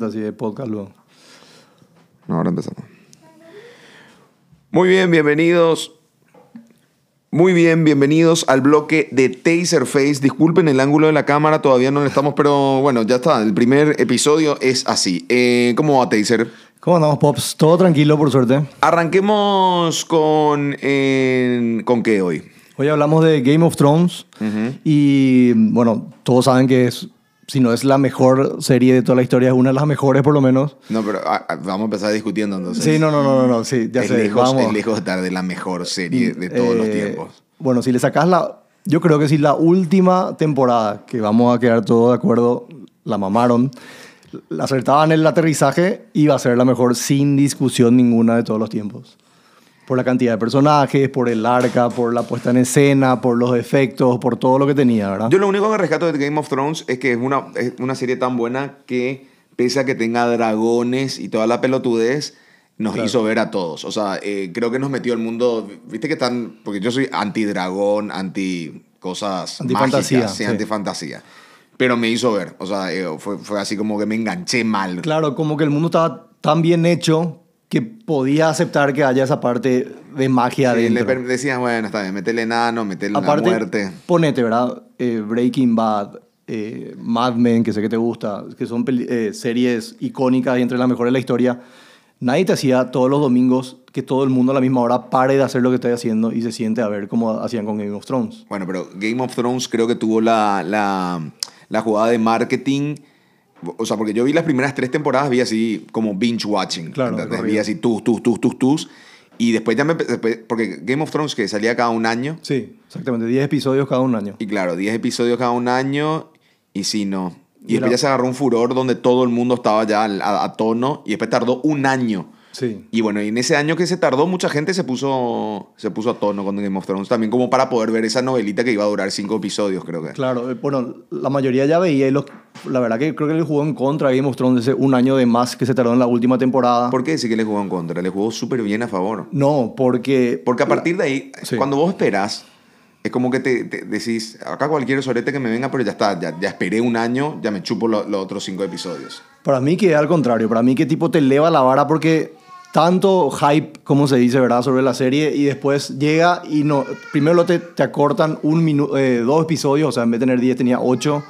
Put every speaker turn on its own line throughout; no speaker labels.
así de podcast luego.
No, ahora empezamos. Muy bien, bienvenidos. Muy bien, bienvenidos al bloque de Taserface. Disculpen el ángulo de la cámara, todavía no le estamos, pero bueno, ya está. El primer episodio es así. Eh, ¿Cómo va Taser?
¿Cómo andamos, Pops? Todo tranquilo, por suerte.
Arranquemos con. eh, ¿Con qué hoy?
Hoy hablamos de Game of Thrones y, bueno, todos saben que es, si no es la mejor serie de toda la historia, es una de las mejores por lo menos.
No, pero ah, ah, vamos a empezar discutiendo entonces.
Sí, no, no, no, no, no, sí, ya
es,
sé,
lejos,
vamos.
es lejos de estar de la mejor serie de todos los
Eh,
tiempos.
Bueno, si le sacas la. Yo creo que si la última temporada, que vamos a quedar todos de acuerdo, la mamaron, la acertaban el aterrizaje, iba a ser la mejor sin discusión ninguna de todos los tiempos. Por la cantidad de personajes, por el arca, por la puesta en escena, por los efectos, por todo lo que tenía, ¿verdad?
Yo lo único que rescato de Game of Thrones es que es una, es una serie tan buena que, pese a que tenga dragones y toda la pelotudez, nos
Claro.
hizo ver a todos. O sea, eh, creo que nos metió al mundo. Viste que están. Porque yo soy anti-dragón, anti cosas.
Antifantasía,
mágicas, sí,
sí.
anti-fantasía. Pero me hizo ver. O sea, eh, fue, fue así como que me enganché mal.
Claro, como que el mundo estaba tan bien hecho que podía aceptar que haya esa parte de magia
Y le
dentro.
per- decías, bueno, está bien, metele enano, metele
Aparte,
la muerte.
ponete, ¿verdad? Eh, Breaking Bad, eh, Mad Men, que sé que te gusta, que son peli- eh, series icónicas y entre las mejores de la historia. Nadie te hacía todos los domingos que todo el mundo a la misma hora pare de hacer lo que está haciendo y se siente a ver cómo hacían con Game of Thrones.
Bueno, pero Game of Thrones creo que tuvo la, la, la jugada de marketing. O sea, porque yo vi las primeras tres temporadas, vi así como binge watching.
Claro,
¿entendés?
corrido.
Vi así tus, tus, tus, tus, tus. Y después ya me. empe- después- porque Game of Thrones que salía cada un año.
Sí, exactamente. 10 episodios cada un año.
Y claro, 10 episodios cada un año. Y si no. Y
Y
después
la-
ya se agarró un furor donde todo el mundo estaba ya al- a, a tono. Y después tardó un año.
Sí.
Y bueno, y en ese año que se tardó, mucha gente se puso, se puso a tono con Game of Thrones. También como para poder ver esa novelita que iba a durar cinco episodios, creo que.
Claro, eh, bueno, la mayoría ya veía y los, la verdad que creo que le jugó en contra a Game of Thrones ese un año de más que se tardó en la última temporada.
¿Por qué decir que le jugó en contra? Le jugó súper bien a favor.
No, porque...
Porque a partir de ahí,
Sí.
cuando vos esperás, es como que te, te decís, acá cualquier sorete que me venga, pero ya está, ya, ya esperé un año, ya me chupo lo- los otros cinco episodios.
Para mí que al contrario, para mí que tipo te eleva la vara porque tanto hype, como se dice, ¿verdad? Sobre la serie y después llega y no, primero lo te, te acortan un minu- eh, dos episodios, o sea, en vez de tener 10 tenía 8.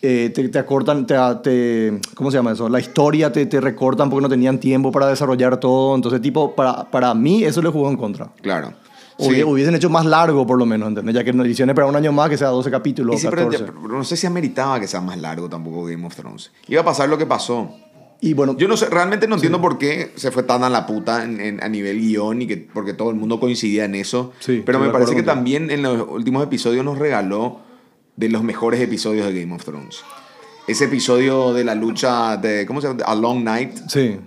te, te acortan, te, te- ¿cómo se llama eso? La historia te, te recortan porque no tenían tiempo para desarrollar todo. Entonces, tipo, para, para mí eso le jugó en contra.
Claro.
Hubi-
Sí.
Hubiesen hecho más largo, por lo menos, ¿entendés? Ya que no hicieron para un año más, que sea 12
Y
capítulos.
sí, pero,
14.
ya- pero no sé si ameritaba que sea más largo tampoco Game of Thrones. Iba a pasar lo que pasó.
y bueno,
Yo no sé, realmente no entiendo por qué se fue tan a la puta en- en- a nivel guión y que porque todo el mundo coincidía en eso.
Sí, estoy
pero me
de
parece
acuerdo
que
contigo.
también en los últimos episodios nos regaló de los mejores episodios de Game of Thrones. Ese episodio de la lucha de, ¿cómo se llama? A Long Night.
sí.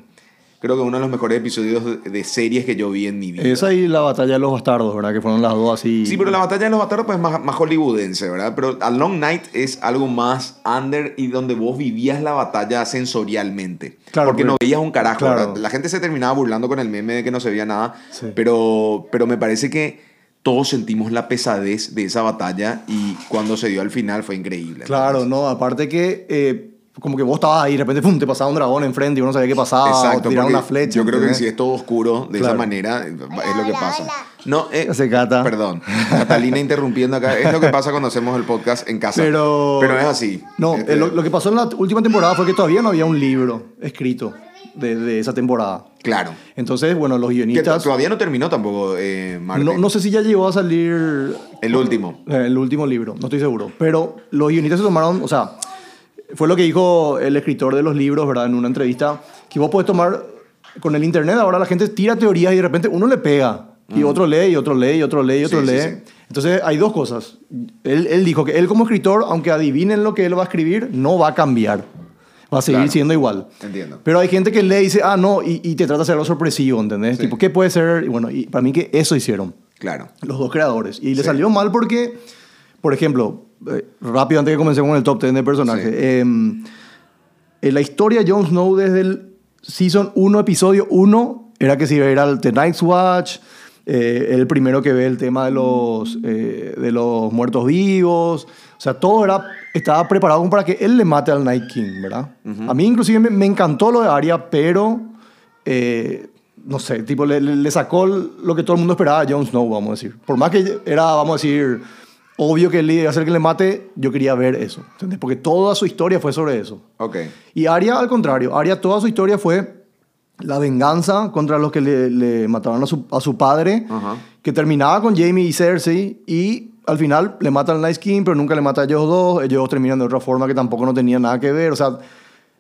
Creo que uno de los mejores episodios de, de series que yo vi en mi vida.
Esa y la batalla de los bastardos, ¿verdad? Que fueron las dos así.
Sí, pero la batalla de los bastardos pues, es más, más hollywoodense, ¿verdad? Pero A Long Night es algo más under y donde vos vivías la batalla sensorialmente.
Claro,
porque no
porque-
veías un carajo.
claro.
¿verdad? La gente se terminaba burlando con el meme de que no se veía nada.
Sí.
Pero, pero me parece que todos sentimos la pesadez de esa batalla y cuando se dio al final fue increíble.
Claro,
¿entendés?
no, aparte que. eh, como que vos estabas ahí y de repente ¡pum! te pasaba un dragón enfrente y uno no sabía qué pasaba. o
Exacto,
tiraba
porque
una flecha.
Yo creo que
¿entendés?
si es todo oscuro de esa
Claro.
manera, es lo que
hola,
pasa.
hola.
No, eh,
Se cata.
Perdón, Catalina interrumpiendo acá. Es lo que pasa cuando hacemos el podcast en casa.
Pero.
Pero es así.
No,
Este,
eh, lo, lo que pasó en la última temporada fue que todavía no había un libro escrito de, de esa temporada.
Claro.
Entonces, bueno, los
Que to-
guionistas.
todavía no terminó tampoco, eh, Martín.
No, no sé si ya llegó a salir
El último.
Eh, El último libro, no estoy seguro. Pero los guionistas se tomaron, o sea, fue lo que dijo el escritor de los libros, ¿verdad? En una entrevista, que vos podés tomar con el internet, ahora la gente tira teorías y de repente uno le pega. Y otro lee, y otro lee, y otro lee, y otro
Sí, sí,
lee.
sí.
Entonces hay dos cosas. Él, él dijo que él como escritor, aunque adivinen lo que él va a escribir, no va a cambiar. Va a seguir
Claro.
siendo igual.
Entiendo.
Pero hay gente que le dice, ah, no, y, y te trata de hacer algo sorpresivo, ¿entendés?
Sí.
Tipo, ¿qué puede ser? Y bueno, y para mí que eso hicieron
Claro.
los dos creadores. Y le
Sí.
salió mal porque, por ejemplo, eh, rápido antes que comencemos con el top 10 de personaje,
Sí.
em, en la historia de Jon Snow desde el Season 1, episodio 1, era que se iba a ir al The Night's Watch, eh, el primero que ve el tema de los, eh, de los muertos vivos. O sea, todo era, estaba preparado como para que él le mate al Night King, ¿verdad? A mí inclusive me, me encantó lo de Arya, pero, eh, no sé, tipo, le, le- le sacó l- lo que todo el mundo esperaba a Jon Snow, vamos a decir. Por más que era, vamos a decir, obvio que él iba a hacer que le mate, yo quería ver eso, ¿entendés? Porque toda su historia fue sobre eso.
Ok.
Y Arya, al contrario, Arya toda su historia fue la venganza contra los que le, le mataron a su, a su padre,
Ajá.
que terminaba con Jamie y Cersei, y al final le mata al Night King, pero nunca le mata a ellos dos, ellos dos terminan de otra forma que tampoco no tenía nada que ver, o sea,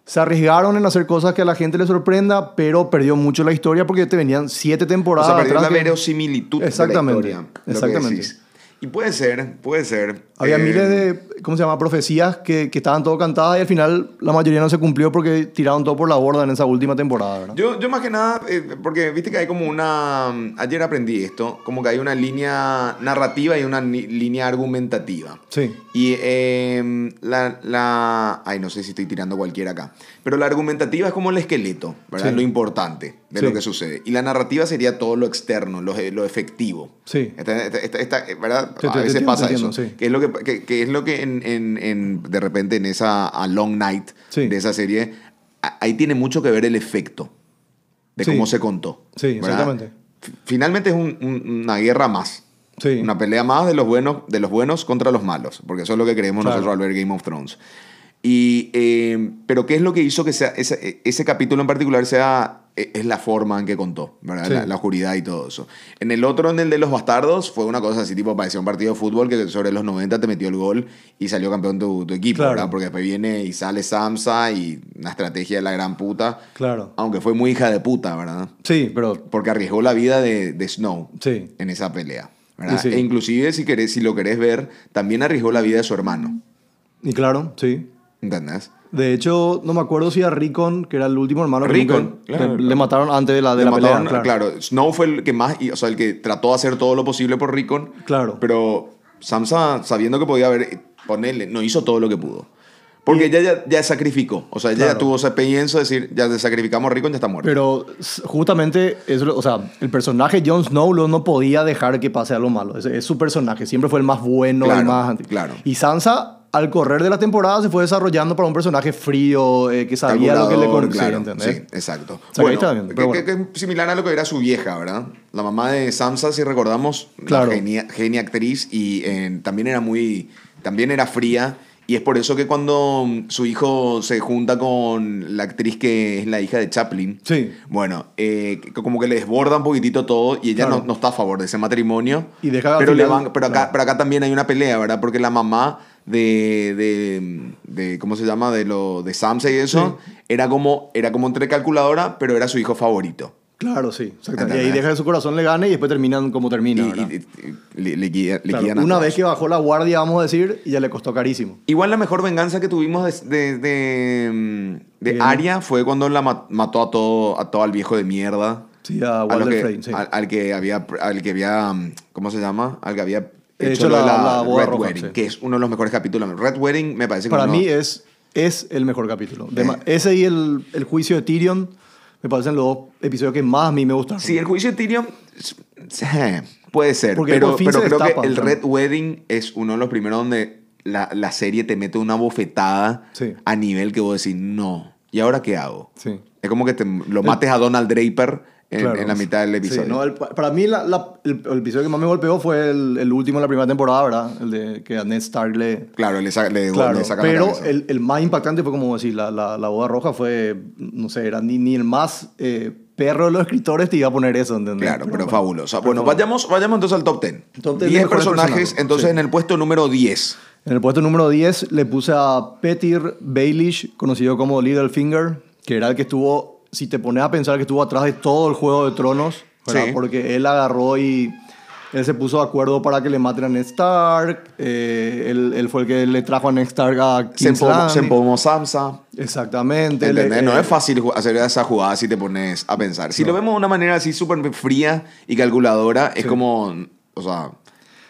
se arriesgaron en hacer cosas que a la gente le sorprenda, pero perdió mucho la historia porque te venían siete
O
temporadas.
sea, perdió
atrás
la
que
verosimilitud
Exactamente,
de la historia. lo que
exactamente.
decís. Y puede ser, puede ser.
Había
Eh,
miles de, ¿cómo se llama?, profecías que, que estaban todo cantadas y al final la mayoría no se cumplió porque tiraron todo por la borda en esa última temporada, ¿verdad?
Yo, yo más que nada, eh, porque viste que hay como una... mm, Ayer aprendí esto, como que hay una línea narrativa y una ni- línea argumentativa.
Sí.
Y eh, la, la- Ay, no sé si estoy tirando cualquiera acá. Pero la argumentativa es como el esqueleto, ¿verdad?
Sí.
Lo importante de
Sí.
lo que sucede. Y la narrativa sería todo lo externo, lo, lo efectivo.
Sí.
Esta- esta- esta- esta- eh, ¿Verdad?
Te- te-
a
te
veces
entiendo,
pasa
te entiendo,
eso.
sí.
Que es lo que, que- que es lo que en, en- en- de repente en esa a Long Night
Sí.
de esa serie, a- ahí tiene mucho que ver el efecto de
Sí.
cómo se contó.
Sí,
¿verdad?
exactamente.
F- Finalmente es un- un- una guerra más.
Sí.
Una pelea más de los buenos, de los buenos contra los malos, porque eso es lo que creemos
Claro.
nosotros al ver Game of Thrones. Y, eh, pero ¿qué es lo que hizo que sea, ese, ese capítulo en particular sea... e- Es la forma en que contó, ¿verdad?
Sí.
La, la oscuridad y todo eso. En el otro, en el de los bastardos, fue una cosa así, tipo, parecía un partido de fútbol que sobre los 90 te metió el gol y salió campeón tu, tu equipo,
Claro.
¿verdad? Porque después viene y sale Samsa y una estrategia de la gran puta.
Claro.
Aunque fue muy hija de puta, ¿verdad?
Sí, pero
Porque arriesgó la vida de, de Snow
sí.
en esa pelea. ¿verdad?
Sí, sí.
E inclusive, si, querés, si lo querés ver, también arriesgó la vida de su hermano.
Y claro, sí.
¿Entendés?
De hecho, no me acuerdo si a Ricon, que era el último hermano, que
Rickon,
nunca-
claro,
le,
claro.
le mataron antes de la, Ah, de
Le
la
mataron-
pelea. Claro.
claro. Snow fue el que más, y- o sea, el que trató de hacer todo lo posible por Rickon.
Claro.
Pero Samsa, sabiendo que podía haber, ponerle, no hizo todo lo que pudo. Porque ella ya, ya sacrificó. O sea, ella
Claro.
ya tuvo esa experiencia de decir, ya le sacrificamos a Rickon, ya está muerto.
Pero s- justamente, eso, o sea, el personaje Jon Snow lo- no podía dejar que pase algo malo. Es, es su personaje, siempre fue el más bueno, el
Claro,
más... anti-
claro.
Y Sansa, al correr de la temporada, se fue desarrollando para un personaje frío, eh, que sabía lo que le
Calculador,
conocía,
claro.
¿entendés?
Sí, exacto.
sea, que ahí está bien,
que-
pero bueno.
que- que es similar a lo que era su vieja, ¿verdad? La mamá de Samsa, si recordamos, una
Claro.
genia, genia actriz y eh, también era muy, también era fría. Y es por eso que cuando mm, su hijo se junta con la actriz que es la hija de Chaplin,
Sí.
bueno, eh, que- como que le desborda un poquitito todo y ella
Claro.
no, no está a favor de ese matrimonio.
Y deja al
pero, le
final-
van- pero, acá,
claro.
pero acá también hay una pelea, ¿verdad? Porque la mamá de, de, de- ¿cómo se llama? De, lo, de Samsa y eso, era, como, era como entre calculadora, pero era su hijo favorito.
Claro, sí. exactamente. Y ahí
¿Entendés?
deja que su corazón le gane y después terminan como
Y,
termina, ¿verdad?
y- y- le, le guía- le
Claro,
guían a
una
todos.
vez que bajó la guardia, vamos a decir, y ya le costó carísimo.
Igual la mejor venganza que tuvimos de, de, de, mm, de
Bien.
Arya fue cuando la ma- mató a todo, a todo al viejo de mierda.
Sí, a
A lo
Walder
que-
Frey, sí.
al, al que había al que había mm, ¿cómo se llama? al que había
He
hecho,
hecho
lo de
la-
la,
la boda
Red
roja,
Wedding
sí.
que es uno de los mejores capítulos Red Wedding me parece que
Para
uno-
mí es, es el mejor capítulo. De
Eh.
ma- Ese y el, el juicio de Tyrion me parecen los dos episodios que más a mí me gustan.
sí el juicio de Tyrion sí, puede ser
Porque
pero,
por fin
pero
se
creo
destapan,
que el
claro.
Red Wedding es uno de los primeros donde la, la serie te mete una bofetada
Sí.
a nivel que vos decís no ¿y ahora qué hago?
Sí.
es como que te, lo mates a Donald Draper en,
Claro.
en la mitad del
Sí,
episodio
no, el- para mí la- la- el, el episodio que más me golpeó fue el, el último de la primera temporada, ¿verdad? El de que a Ned Stark le...
claro le, sa- le,
Claro,
le sacan la
pero
cabeza.
el, el más impactante fue como decir, la, la, la boda roja fue, no sé, era ni, ni el más eh, perro de los escritores te iba a poner eso, ¿entendés?
Claro, pero,
bueno.
fabuloso. Bueno, vayamos, vayamos entonces al top 10.
Top 10 de
10
mejores
personajes,
personajes,
entonces
sí.
en el puesto número 10.
En el puesto número 10 le puse a Petir Baelish, conocido como Littlefinger, que era el que estuvo, si te pones a pensar, que estuvo atrás de todo el Juego de Tronos, ¿verdad?
Sí.
porque él agarró y él se puso de acuerdo para que le maten a Ned Stark, eh, él, él fue el que le trajo a Ned Stark a
Se
King's
empomó, se
Landing.
empomó Samsa.
Exactamente. él-
¿Entendés? No
eh,
es fácil ju- hacer esa jugada si te pones a pensar. Si lo vemos de una manera así súper fría y calculadora, es como, o sea,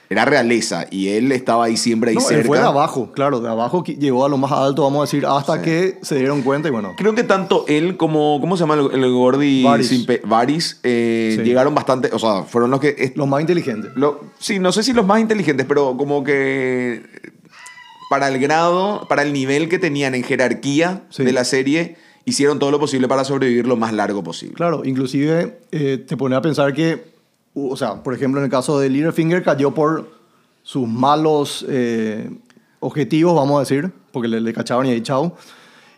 era realeza y él estaba ahí siempre ahí
No,
cerca.
él fue de abajo, claro, de abajo qui- llegó a lo más alto, vamos a decir, hasta que se dieron cuenta y bueno.
Creo que tanto él como, ¿cómo se llama el, el Gordy?
Varys.
sin pe- Varys, eh,
Sí.
llegaron bastante, o sea, fueron los que... est-
Los más inteligentes.
lo- sí, no sé si los más inteligentes, pero como que para el grado, para el nivel que tenían en jerarquía
Sí.
de la serie, hicieron todo lo posible para sobrevivir lo más largo posible.
Claro, inclusive eh, te pone a pensar que, u- o sea, por ejemplo, en el caso de Littlefinger cayó por sus malos eh, objetivos, vamos a decir, porque le, le cachaban y ahí chao.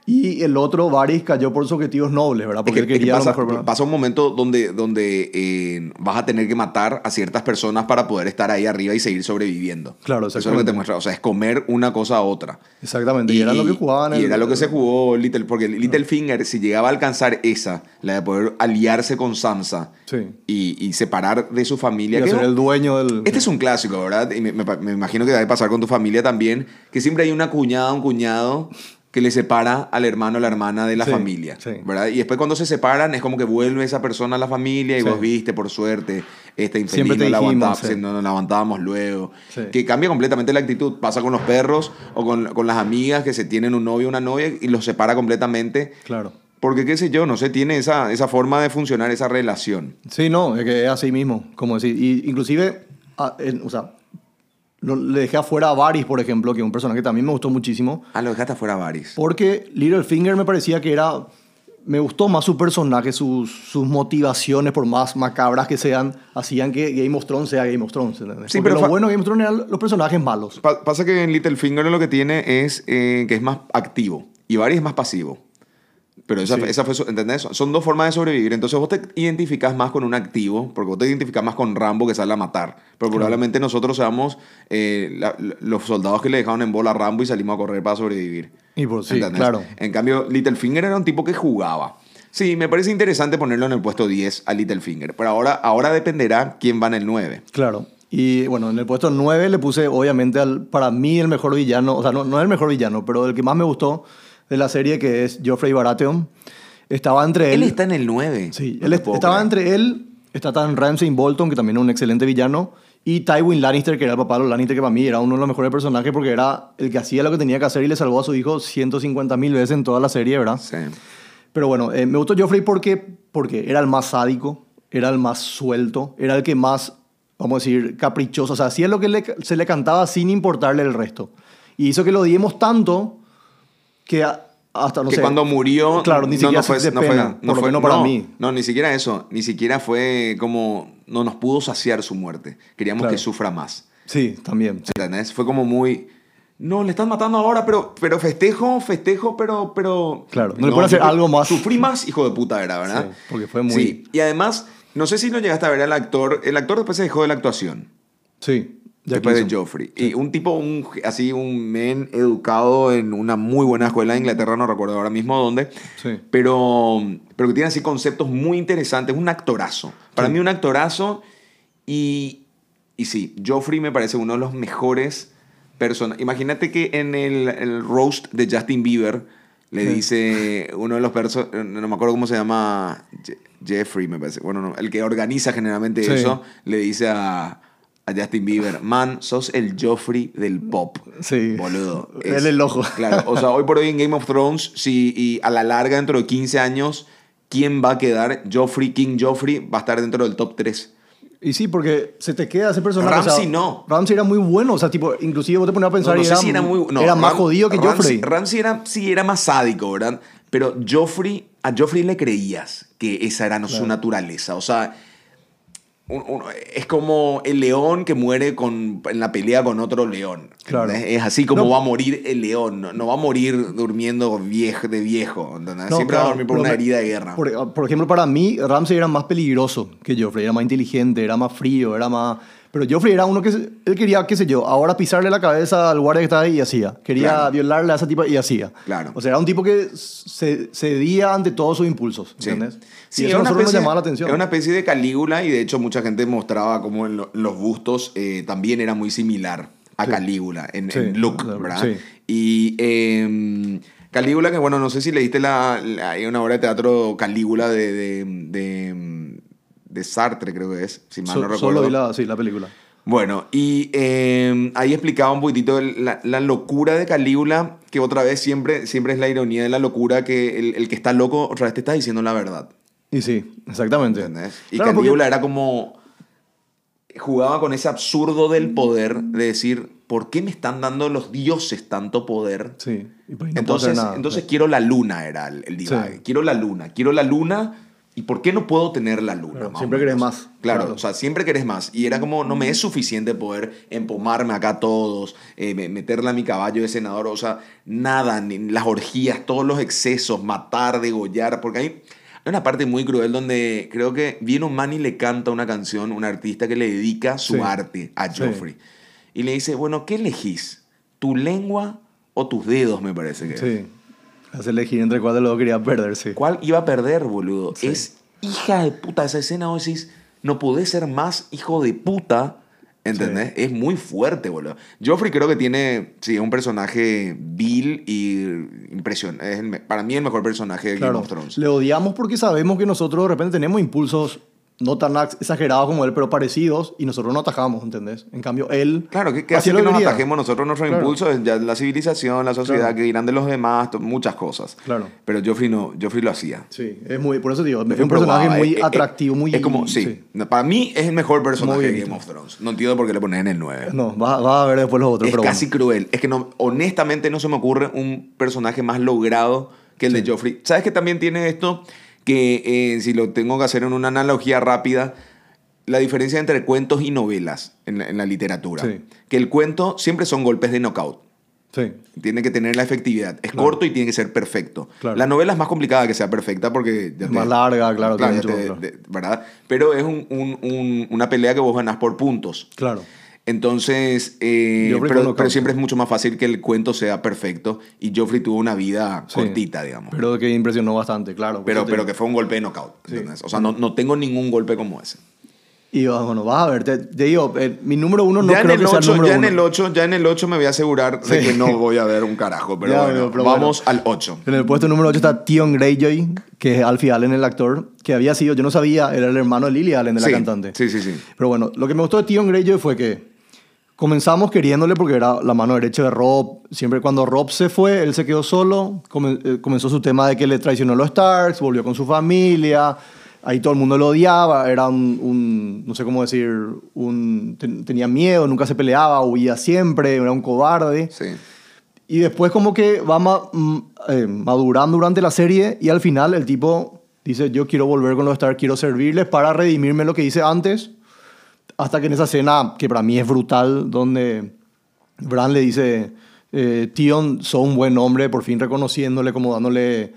Y el otro, Varys, cayó por sus objetivos nobles, ¿verdad?
Es
Porque
que-
él
es que
quería
pasa,
lo mejor.
pasa un momento donde, donde eh, vas a tener que matar a ciertas personas para poder estar ahí arriba y seguir sobreviviendo.
Claro,
Eso es lo que te
exactamente.
muestra. O sea, es comer una cosa a otra.
Exactamente, y, era lo que jugaban.
y
el-
era lo que se jugó Little, porque Littlefinger, si llegaba a alcanzar esa, la de poder aliarse con Sansa
Sí.
y, y separar de su
Y
familia. que
hacer
no-
el dueño del...
este es un clásico, ¿verdad? Y me, me pa- me imagino que debe pasar con tu familia también, que siempre hay una cuñada, un cuñado que le separa al hermano o la hermana de la
Sí,
familia,
sí.
¿verdad? Y después cuando se separan es como que vuelve esa persona a la familia y
Sí.
vos viste, por suerte, esta infeliz
Siempre te
no, la
dijimos,
aguantaba-
sí.
no- no la aguantábamos luego.
Sí.
Que cambia completamente la actitud. Pasa con los perros o con, con las amigas que se tienen un novio o una novia y los separa completamente.
Claro.
Porque, qué sé yo, no sé, tiene esa, esa forma de funcionar, esa relación.
Sí, no, es que es así mismo, como decir. Y inclusive, a- en- o sea, lo- le dejé afuera a Varys, por ejemplo, que es un personaje que también me gustó muchísimo.
Ah, lo dejaste afuera, Varys.
Porque Littlefinger me parecía que era. Me gustó más su personaje, sus, sus motivaciones, por más macabras que sean, hacían que Game of Thrones sea Game of Thrones. ¿entendés?
Sí,
Porque
pero
lo
fa-
bueno de Game of Thrones eran los personajes malos.
Pa- pasa que en Littlefinger lo que tiene es eh, que es más activo y Varys es más pasivo. Pero esa,
Sí.
esa fue, su- ¿entendés? Son- Son dos formas de sobrevivir. Entonces vos te identificás más con un activo, porque vos te identificás más con Rambo que sale a matar. Pero probablemente nosotros seamos eh, la- la- los soldados que le dejaron en bola a Rambo y salimos a correr para sobrevivir.
Y por- sí,
¿Entendés?
claro.
En cambio, Littlefinger era un tipo que jugaba. Sí, me parece interesante ponerlo en el puesto 10 a Littlefinger. Pero ahora, ahora dependerá quién va en el 9.
Claro. Y bueno, en el puesto 9 le puse, obviamente, al, para mí el mejor villano, o sea, no, no el mejor villano, pero el que más me gustó de la serie, que es Joffrey Baratheon. Estaba entre él.
Él, está en el 9.
Sí, él est- estaba entre él, está tan Ramsay Bolton, que también es un excelente villano, y Tywin Lannister, que era el papá de los Lannister, que para mí era uno de los mejores personajes porque era el que hacía lo que tenía que hacer y le salvó a su hijo 150 mil veces en toda la serie, ¿verdad?
Sí.
Pero bueno, eh, me gustó Joffrey porque, porque era el más sádico, era el más suelto, era el que más, vamos a decir, caprichoso. O sea, hacía lo que le- se le cantaba sin importarle el resto. Y hizo que lo odiemos tanto que a- hasta, no
que
sé,
cuando murió
Claro, ni siquiera
fue-
se siente
no fue-
pena, por
no
lo
fue-
menos para
no,
mí.
no ni siquiera eso ni siquiera fue como no nos pudo saciar su muerte queríamos
Claro.
que sufra más
Sí, también.
¿entendés? fue como muy no le están matando ahora pero pero festejo festejo pero pero
Claro, no le pueden hacer
sufrí-
algo más.
sufrí más hijo de puta era verdad
Sí, porque fue muy-
sí y además no sé si lo llegaste a ver al actor el actor después se dejó de la actuación
Sí. Jack
después de
Nicholson.
Joffrey. Y un tipo, un, así, un men educado en una muy buena escuela de Inglaterra, no recuerdo ahora mismo dónde,
Sí.
pero, pero que tiene así conceptos muy interesantes, un actorazo. Para
Sí.
mí un actorazo y, y sí, Joffrey me parece uno de los mejores personas. Imagínate que en el, el roast de Justin Bieber le
Sí.
dice uno de los persos, no me acuerdo cómo se llama, Je- Jeffrey me parece, bueno, no, el que organiza generalmente
Sí.
eso, le dice a, a Justin Bieber, man, sos el Joffrey del pop.
Sí.
Boludo.
Él el ojo.
Claro, o sea, hoy por hoy en Game of Thrones, si y a la larga, dentro de 15 años, ¿quién va a quedar? Joffrey, King Joffrey, va a estar dentro del top 3.
Y sí, porque se te queda ese personaje.
Ramsey
o sea,
no.
Ramsey era muy bueno. O sea, tipo, inclusive vos te ponías a pensar
no, no
y
sé
era,
si era muy. no,
era más
Ram-
jodido que
Ramsey-
Joffrey.
Ramsey era, sí era más sádico, ¿verdad? Pero Joffrey, a Joffrey le creías que esa era no, su
Claro.
naturaleza. O sea, un- un- es como el león que muere con, en la pelea con otro león.
Claro.
¿entendés? Es así como
No.
va a morir el león. No, no va a morir durmiendo viejo, de viejo. ¿entendés?
No,
Ah, Siempre va a
claro,
dormir por
pero
una
me-
herida de guerra.
Por, eh, por ejemplo, para mí, Ramsey era más peligroso que Joffrey. Era más inteligente, era más frío, era más. Pero Joffrey era uno que se- él quería, qué sé yo, ahora pisarle la cabeza al guardia que estaba ahí y hacía. Quería
Claro.
violarle a esa tipa y hacía.
Claro.
O sea, era un tipo que se- cedía ante todos sus impulsos.
Sí.
¿Entendés?
Sí,
y
era
eso a
una
nosotros nos
especie-
llamaba la atención.
Era una especie de Calígula y de hecho mucha gente mostraba como en lo- los bustos eh, también era muy similar a
Sí.
Calígula en,
Sí,
en look,
claro,
¿verdad?
sí.
Y eh, Calígula, que bueno, no sé si leíste la, la- hay una obra de teatro Calígula de, de, de, de Sartre, creo que es, si mal
So-
no recuerdo.
solo vi la, sí, la película.
Bueno, y eh, ahí explicaba un poquitito el- la, la locura de Calígula, que otra vez siempre, siempre es la ironía de la locura, que el, el que está loco otra vez te está diciendo la verdad.
Y sí, exactamente.
¿entendés? Y
Claro, porque-
Calígula era como... Jugaba con ese absurdo del
Mm.
poder de decir, ¿por qué me están dando los dioses tanto poder?
Sí, y pues no puedo hacer
entonces
nada.
entonces quiero la luna, era el, el divague.
Sí.
Quiero la luna, quiero la luna. ¿Y por qué no puedo tener la luna?
Claro,
más o
siempre querés
menos?
más.
Claro,
Claro.
o sea, siempre querés más. Y era como, no me es suficiente poder empomarme acá a todos, eh, me- meterla a mi caballo de senador, o sea, nada, ni las orgías, todos los excesos, matar, degollar, porque hay, hay una parte muy cruel donde creo que viene un man y le canta una canción, un artista que le dedica su
Sí.
arte a
Sí.
Joffrey. Y le dice, bueno, ¿qué elegís? ¿Tu lengua o tus dedos, me parece que? es?
Sí. Hacer elegir entre cuál de los dos quería perder, sí.
¿Cuál iba a perder, boludo?
Sí.
Es hija de puta esa escena. Vos decís, no podés ser más hijo de puta. ¿Entendés? Es muy fuerte, boludo. Joffrey creo que tiene, sí, es un personaje vil y impresionante. Es el me- para mí el mejor personaje de Game
Claro.
of Thrones.
Le odiamos porque sabemos que nosotros de repente tenemos impulsos no tan ex- exagerados como él, pero parecidos, y nosotros no atajamos, ¿entendés? En cambio, él...
Claro, ¿qué, qué
así
hace
lo
que nos
vería.
atajemos nosotros nuestro
Claro.
impulso? Es ya la civilización, la sociedad,
Claro.
que dirán de los demás, to- muchas cosas.
Claro.
Pero Joffrey no, Joffrey lo hacía.
Sí, es muy... Por eso digo, es un
Pero
personaje
guau,
muy
es- es-
atractivo, muy...
eh, Es como, sí, No, Para mí es el mejor personaje
Muy
de
bonito.
Game of Thrones. No entiendo por qué le ponen en el 9.
No, vas va a ver después los otros,
es
pero
casi
bueno.
cruel. Es que no, honestamente no se me ocurre un personaje más logrado que el de Joffrey. ¿Sabes que también tiene esto? Que eh, si lo tengo que hacer en una analogía rápida, la diferencia entre cuentos y novelas en la, en la literatura.
Sí.
Que el cuento siempre son golpes de knockout.
Sí.
Tiene que tener la efectividad. Es
Claro.
corto y tiene que ser perfecto.
Claro.
La novela es más complicada que sea perfecta porque... ya
Es más larga, claro,
Claro,
tiene
ya
mucho-
te-
claro.
de- ¿Verdad? Pero es un- un- un- una pelea que vos ganás por puntos.
Claro.
Entonces, eh,
Joffrey con
pero,
knockout.
pero siempre es mucho más fácil que el cuento sea perfecto y Joffrey tuvo una vida
sí.
cortita, digamos. Pero,
Pero que impresionó bastante, claro. por
pero,
eso te-
que fue un golpe de knockout.
Sí.
¿entendés? O sea, no, no tengo ningún golpe como ese.
Y bueno, vas a ver, te, te digo, eh, mi número uno no
ya, en
creo
el
que sea el
8,
número
ya en
uno.
el 8, ya en el 8 me voy a asegurar de que no voy a ver un carajo, pero
Ya,
bueno,
pero bueno.
vamos al 8.
En el puesto número 8 está Tion Greyjoy, que es Alfie Allen, el actor, que había sido, yo no sabía, era el hermano de Lily Allen, de
sí,
la cantante.
Sí, sí, sí.
Pero bueno, lo que me gustó de Tion Greyjoy fue que comenzamos queriéndole porque era la mano derecha de Rob. Siempre cuando Rob se fue, él se quedó solo. Comen- eh, comenzó su tema de que le traicionó a los Starks, volvió con su familia. Ahí todo el mundo lo odiaba, era un, un- no sé cómo decir, un, ten- tenía miedo, nunca se peleaba, huía siempre, era un cobarde.
Sí.
Y después como que va ma- mm, eh, madurando durante la serie y al final el tipo dice, yo quiero volver con los Stark, quiero servirles para redimirme lo que hice antes. Hasta que en esa escena, que para mí es brutal, donde Bran le dice, eh, Tion, sos un buen hombre, por fin reconociéndole, como dándole,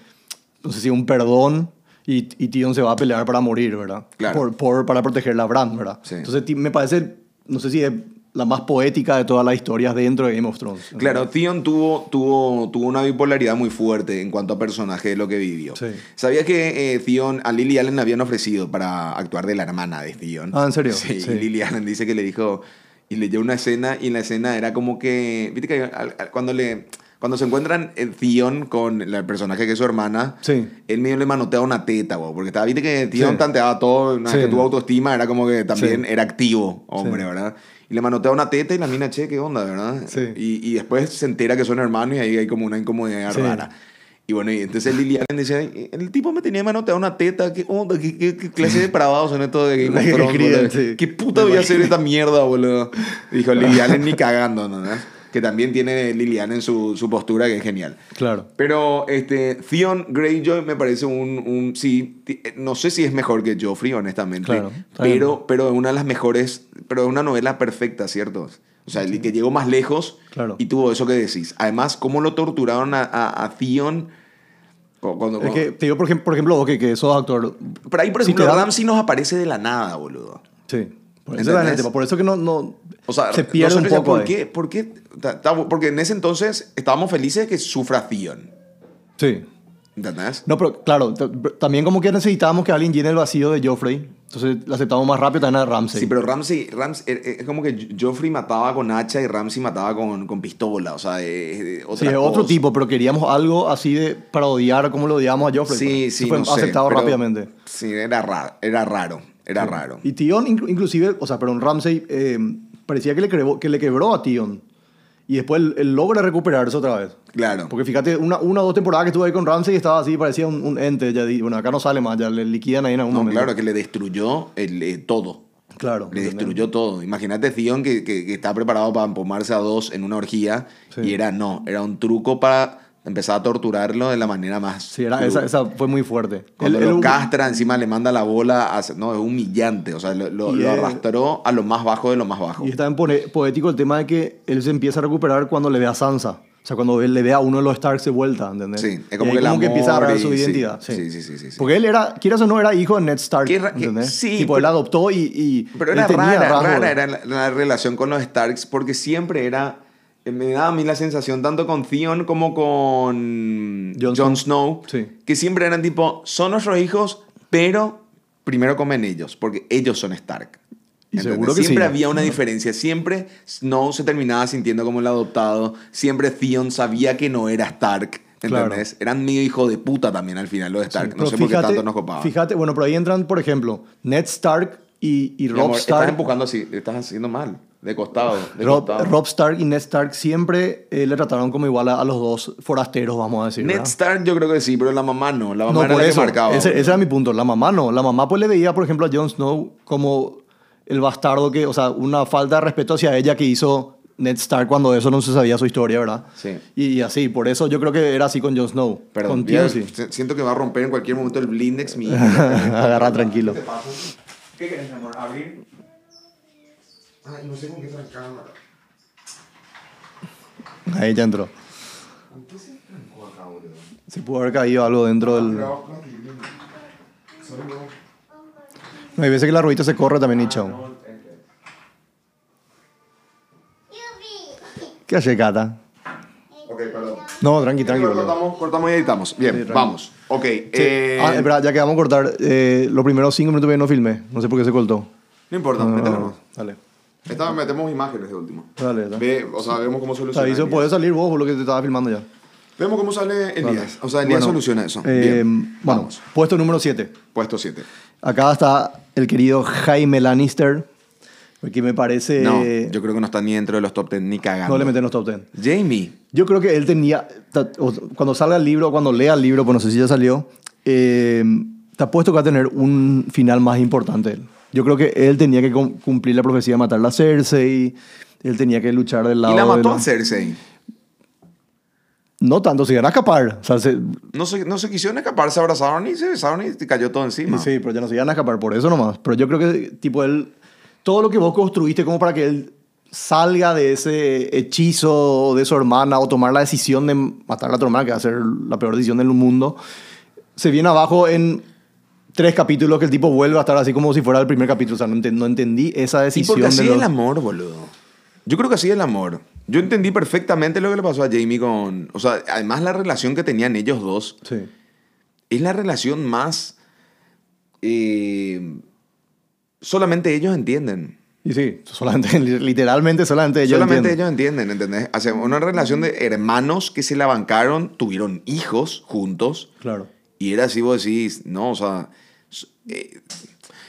no sé si un perdón. Y, y Tion se va a pelear para morir, ¿verdad?
Claro.
Por, por- para proteger a Bran, ¿verdad?
Sí.
Entonces ti- me parece, no sé si es la más poética de todas las historias dentro de Game of Thrones.
Claro, Theon tuvo, tuvo, tuvo una bipolaridad muy fuerte en cuanto a personaje de lo que vivió.
Sí.
¿Sabías que eh, Theon, a Lily Allen le habían ofrecido para actuar de la hermana de Theon?
Ah, ¿en serio?
Sí,
Sí.
y Lily Allen dice que le dijo, y leyó una escena, y en la escena era como que, viste que al- al- cuando le... Cuando se encuentran eh, Theon con la- el personaje que es su hermana,
Sí.
él medio le manotea una teta, güey, porque estaba, viste que Theon
Sí.
tanteaba todo, una vez
Sí.
que tuvo autoestima, era como que también
Sí.
era activo, hombre,
Sí.
¿verdad? Y le manotea una teta y la mina, che, ¿qué onda, verdad?
Sí.
Y, y después se entera que son hermanos y ahí hay como una incomodidad
Sí.
rara. Y bueno, y entonces Lily Allen decía, "Ay, el tipo me tenía manoteado una teta, ¿qué onda? ¿Qué, qué- qué clase de depravados son estos de Game of
Que
Thrones,
escriben,
boludo?
sí.
¿Qué puta
Me
voy a hacer esta mierda, boludo? Dijo Lily Allen ni cagando, ¿no? Que también tiene Lily Allen su, su postura que es genial.
Claro.
Pero este, Theon Greyjoy me parece un, un- sí, ti- eh, no sé si es mejor que Joffrey, honestamente,
Claro, está
pero, pero es una de las mejores, pero es una novela perfecta, ¿cierto? O sea, el que llegó más lejos
Claro.
y tuvo eso que decís. Además, cómo lo torturaron a, a, a Theon cu- cuando...
Es que te digo, por ejemplo, por ejemplo vos que, que sos actor.
Por ahí, por
si te
ejemplo,
dan-
Ramsey nos aparece de la nada, boludo.
Sí. Por eso,
¿Entendés?
la gente, por eso que no, no-
O sea,
se pierde un
nosotros decíamos,
poco.
¿por
ahí.
qué? ¿Por qué? Ta- ta- Porque en ese entonces estábamos felices de que sufra Theon,
Sí.
¿entendés?
No, pero claro, t- pero también como que necesitábamos que alguien llene el vacío de Joffrey. Entonces la aceptamos más rápido también a Ramsey.
Sí, pero Ramsey, Rams- er- er- es como que Jo- Joffrey mataba con hacha y Ramsey mataba con, con pistola, o sea, es, es otra
es otro
cosa.
tipo, pero queríamos algo así de para odiar como lo odiamos a Joffrey.
Sí,
Bueno,
sí,
pues. Fue
no sé,
aceptado
pero-
rápidamente.
Sí, era raro, era raro, era raro.
Y Tion, inclu- inclusive, o sea, perdón, Ramsey eh, parecía que le, quebró, que le quebró a Tion. Y después él, él logra recuperarse otra vez.
Claro.
Porque fíjate, una, una o dos temporadas que estuve ahí con Ramsey estaba así, parecía un, un ente. Ya, di- bueno, acá no sale más, ya le liquidan ahí en algún
No,
momento.
claro, que le destruyó el, eh, todo.
Claro.
Le
¿entendés?
destruyó todo. Imagínate Theon que, que, que está preparado para empomarse a dos en una orgía
Sí.
y era no, era un truco para empezar a torturarlo de la manera más.
Sí, era-
cruda.
esa, esa fue muy fuerte.
Cuando
Él-
lo
él-
castra, encima le manda la bola. a- no, es humillante. O sea, lo, lo-
Y
lo
es-
arrastró a lo más bajo de lo más bajo.
Y está en pone- poético el tema de que él se empieza a recuperar cuando le ve a Sansa. O sea, cuando él le ve a uno de los Starks de vuelta, ¿entendés?
Sí,
Y
es como
ahí
que, el
como que
amor
empieza a agarrar
y-
su
sí,
identidad.
Sí,
Sí.
sí, sí. sí, sí.
Porque él era, quieras o no, era hijo de Ned Stark.
Que ra- que-
¿entendés?
sí,
Tipo,
pero-
él adoptó y. y
Pero
él
era
tenía
rara,
rasgos.
rara era la, la relación con los Starks porque siempre era... eh, Me daba a mí la sensación tanto con Theon como con
Jon Snow.
Jon Snow,
Sí.
que siempre eran tipo, son nuestros hijos, pero primero comen ellos, porque ellos son Stark.
Y
¿Entendés?
seguro que
siempre
sí.
había una diferencia, siempre Snow se terminaba sintiendo como el adoptado, siempre Theon sabía que no era Stark,
Claro.
¿entendés? Eran medio hijo de puta también al final los Stark,
Sí,
no
pero
sé por qué tanto nos copaban.
Fíjate, bueno, pero ahí entran, por ejemplo, Ned Stark y, y
Mi
Rob
amor, estás
Stark.
empujando así, estás haciendo mal. De costado. de
Rob,
costado.
Rob Stark y Ned Stark siempre eh, le trataron como igual a, a los dos forasteros, vamos a decir.
Ned
¿verdad?
Stark yo creo que sí, pero la mamá no. La mamá
no,
era
por
la
eso.
que marcaba.
Ese, ese era mi punto. La mamá no. La mamá pues le veía, por ejemplo, a Jon Snow como el bastardo que, o sea, una falta de respeto hacia ella que hizo Ned Stark cuando eso no se sabía su historia, ¿verdad?
Sí.
Y, y así, por eso yo creo que era así con Jon Snow.
Perdón,
con
ya
Tion, sí.
se- siento que va a romper en cualquier momento el blindex mi
Agarra tranquilo.
¿Qué querés, mi amor? ¿Abrir?
Ay, no sé con qué trancaron acá.
Ahí ya entró.
¿Con qué se trancó acá, boludo?
Se pudo haber caído algo dentro del...
Pero, no, que bien. Solo no.
No, hay veces que la ruedita se corre también y chao. ¿Qué hace, Cata?
Ok, perdón.
No, tranqui, tranqui. boludo.
Cortamos, cortamos y editamos. Bien,
tranqui.
vamos. Ok.
Sí.
eh,
Ah, espera, ya que vamos a cortar, eh, los primeros cinco minutos que no filmé. No sé por qué se cortó.
no importa,
No,
mételo
no,
nomás.
Dale.
Esta metemos imágenes de último.
Dale, dale.
Ve, o sea, vemos cómo
Te
soluciona.
aviso, pues.
Elías.
puedes salir vos, por lo que te estaba filmando ya.
Vemos cómo sale Elías. O sea, Elías
Bueno,
soluciona eso.
eh,
Bien,
bueno,
vamos.
puesto número 7.
Puesto 7.
Acá está el querido Jaime Lannister, que me parece...
No, yo creo que no está ni dentro de los top 10 ni cagando.
Eh, no le meten los top 10.
Jamie.
Yo creo que él tenía, ta- o- cuando salga el libro, cuando lea el libro, pues no sé si ya salió, eh, te apuesto que va a tener un final más importante él. Yo creo que él tenía que cum- cumplir la profecía de matar a Cersei, él tenía que luchar del lado
y la
de
mató
la-
a Cersei.
No tanto, se iban a escapar. O sea, se-
No se, no se quisieron escapar, se abrazaron y se besaron y te cayó todo encima.
Sí, pero ya no se iban a escapar por eso nomás. Pero yo creo que, tipo, él, todo lo que vos construiste como para que él salga de ese hechizo de su hermana o tomar la decisión de matar a tu hermana, que va a ser la peor decisión del mundo, se viene abajo en tres capítulos que el tipo vuelve a estar así como si fuera el primer capítulo. O sea, no, enten- no entendí esa
y
decisión.
porque así
de
es
los-
el amor, boludo. Yo creo que así es el amor. Yo entendí perfectamente lo que le pasó a Jamie con... O sea, además la relación que tenían ellos dos
Sí.
es la relación más... eh, solamente ellos entienden.
Y sí, solamente, literalmente solamente ellos
solamente
entienden.
ellos entienden, ¿entendés? O sea, una relación de hermanos que se la bancaron, tuvieron hijos juntos.
Claro.
Y era así, vos decís, no, o sea. s- eh,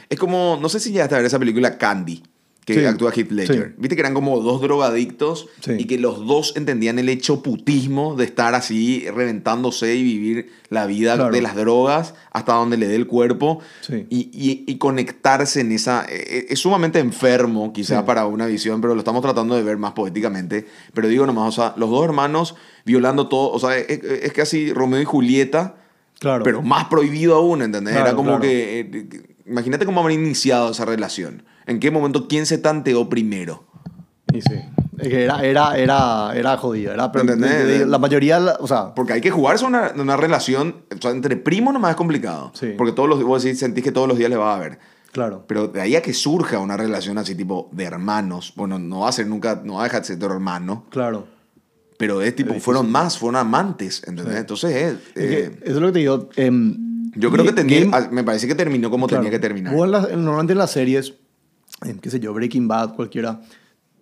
es como, no sé si ya a ver esa película Candy, que
Sí,
actúa Heath Ledger.
sí.
Viste que eran como dos drogadictos
Sí.
y que los dos entendían el hecho putismo de estar así reventándose y vivir la vida
Claro.
de las drogas hasta donde le dé el cuerpo
Sí.
y, y- y conectarse en esa... eh, eh, Es sumamente enfermo quizá
Sí.
para una visión, pero lo estamos tratando de ver más poéticamente. Pero digo nomás, o sea, los dos hermanos violando todo, o sea, es, es casi Romeo y Julieta,
Claro.
pero más prohibido aún, ¿entendés? Era
Claro,
como
claro.
que... eh, eh, imagínate cómo habría iniciado esa relación. ¿En qué momento quién se tanteó primero?
Y sí. Es que Era, era, era, era jodido. Era, pero-
¿Entendés?
La mayoría, la- o sea,
Porque hay que jugarse una, una relación, o sea, entre primos nomás es complicado.
Sí.
Porque todos los, vos decís, sentís que todos los días le vas a ver.
claro.
Pero de ahí a que surja una relación así tipo de hermanos, bueno, no va a ser nunca, no va a dejar de ser tu hermano,
Claro.
pero es tipo, fueron más, fueron amantes, ¿entendés?
Sí.
Entonces, es,
Es que
eh,
eso es lo que te digo. em,
yo creo que
Game-
tenía,
Game-
ah, me parece que terminó como
claro,
tenía que terminar.
vos en las- normalmente en las series, em, qué sé yo, Breaking Bad, cualquiera,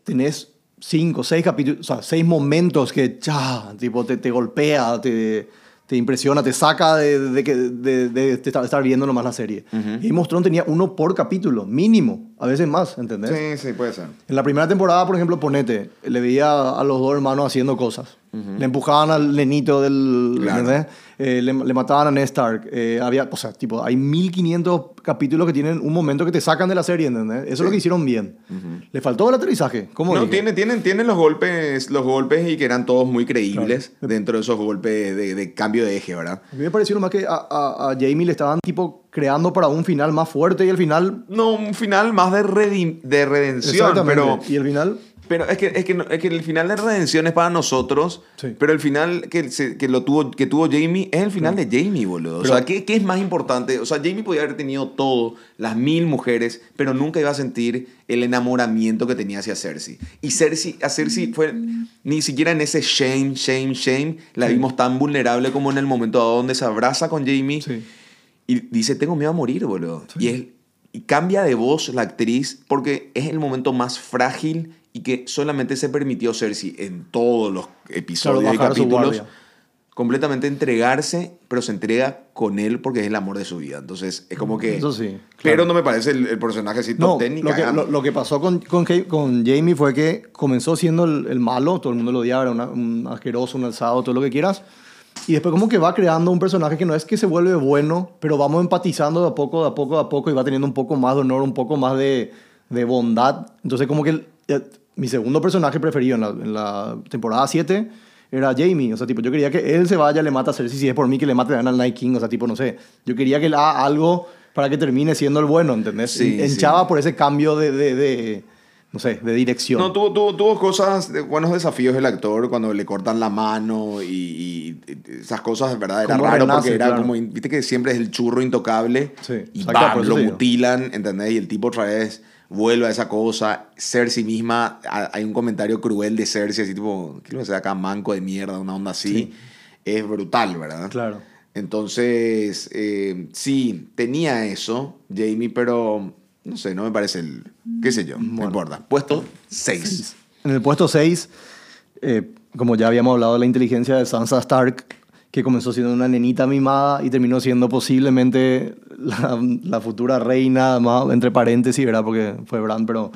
tenés cinco, seis capítulos, o sea, seis momentos que cha, tipo, te, te golpea, te, te impresiona, te saca de, de que- de- de- de estar, estar viendo nomás la serie. Y Mostrón tenía uno por capítulo, mínimo. A veces más, ¿entendés?
Sí, sí, puede ser.
En la primera temporada, por ejemplo, ponete, le veía a los dos hermanos haciendo cosas. Le empujaban al nenito del...
Claro.
¿entendés? Eh, le, le mataban a Ned Stark. Eh, había, o sea, tipo, hay 1500 capítulos que tienen un momento que te sacan de la serie, ¿entendés? Eso es lo que hicieron bien. Le faltó el aterrizaje. ¿Cómo
No,
dije?
tiene, tienen, tienen los golpes, los golpes y que eran todos muy creíbles dentro de esos golpes de, de cambio de eje, ¿verdad?
A mí me pareció nomás que a, a, a Jamie le estaban, tipo, creando para un final más fuerte y el final...
No, un final más de, redim- de redención, pero,
Y el final...
pero es, que, es, que, no- es que el final de redención es para nosotros,
Sí.
pero el final que, se- que, lo tuvo, que tuvo Jamie es el final de Jamie, boludo.
Pero-
o sea, ¿qué, qué es más importante? O sea, Jamie podía haber tenido todo, las mil mujeres, pero nunca iba a sentir el enamoramiento que tenía hacia Cersei. Y Cersei, a Cersei fue, ni siquiera en ese shame, shame, shame, la vimos tan vulnerable como en el momento dado donde se abraza con Jamie.
Sí.
Y dice, tengo miedo a morir, boludo. Y, es- y cambia de voz la actriz porque es el momento más frágil y que solamente se permitió Cersei en todos los episodios
Claro,
y
bajar su
capítulos
guardia.
completamente entregarse, pero se entrega con él porque es el amor de su vida. Entonces, es como que...
Mm, Eso sí,
Pero
claro.
no me parece el, el personaje así
No,
top ¿eh? ten ni
lo que,
cagando.
lo- lo que pasó con, con, Ja- con Jamie fue que comenzó siendo el, el malo, todo el mundo lo odiaba, era una- un asqueroso, un alzado, todo lo que quieras. Y después como que va creando un personaje que no es que se vuelve bueno, pero vamos empatizando de a poco, de a poco, de a poco, y va teniendo un poco más de honor, un poco más de, de bondad. Entonces como que el- eh, mi segundo personaje preferido en la, en la temporada 7 era Jamie. O sea, tipo, yo quería que él se vaya, le mata a Cersei, si es por mí que le mate dan al Night King. O sea, tipo, no sé. Yo quería que él haga algo para que termine siendo el bueno, ¿entendés?
Sí,
En- en
sí.
Chava por ese cambio de, de, de, no sé, de dirección.
No, tuvo, tuvo, tuvo cosas, de- buenos desafíos el actor cuando le cortan la mano y, y esas cosas, de verdad, era
Cómo
raro porque
renace,
era
claro.
como, in- viste que siempre es el churro intocable
Sí,
y
exacto,
¡pam!
por eso
lo
te digo.
mutilan, ¿entendés? Y el tipo otra vez vuelve a esa cosa, Cersei misma, ha- hay un comentario cruel de Cersei, así tipo, quiero que sea acá manco de mierda, una onda así,
Sí.
es brutal, ¿verdad?
Claro.
Entonces, eh, sí, tenía eso, Jamie, pero no sé, no me parece el. ¿Qué sé yo? No importa. Puesto 6.
En el puesto 6, como ya habíamos hablado de la inteligencia de Sansa Stark, que comenzó siendo una nenita mimada y terminó siendo posiblemente la, la futura reina, más entre paréntesis, ¿verdad? Porque fue Bran, pero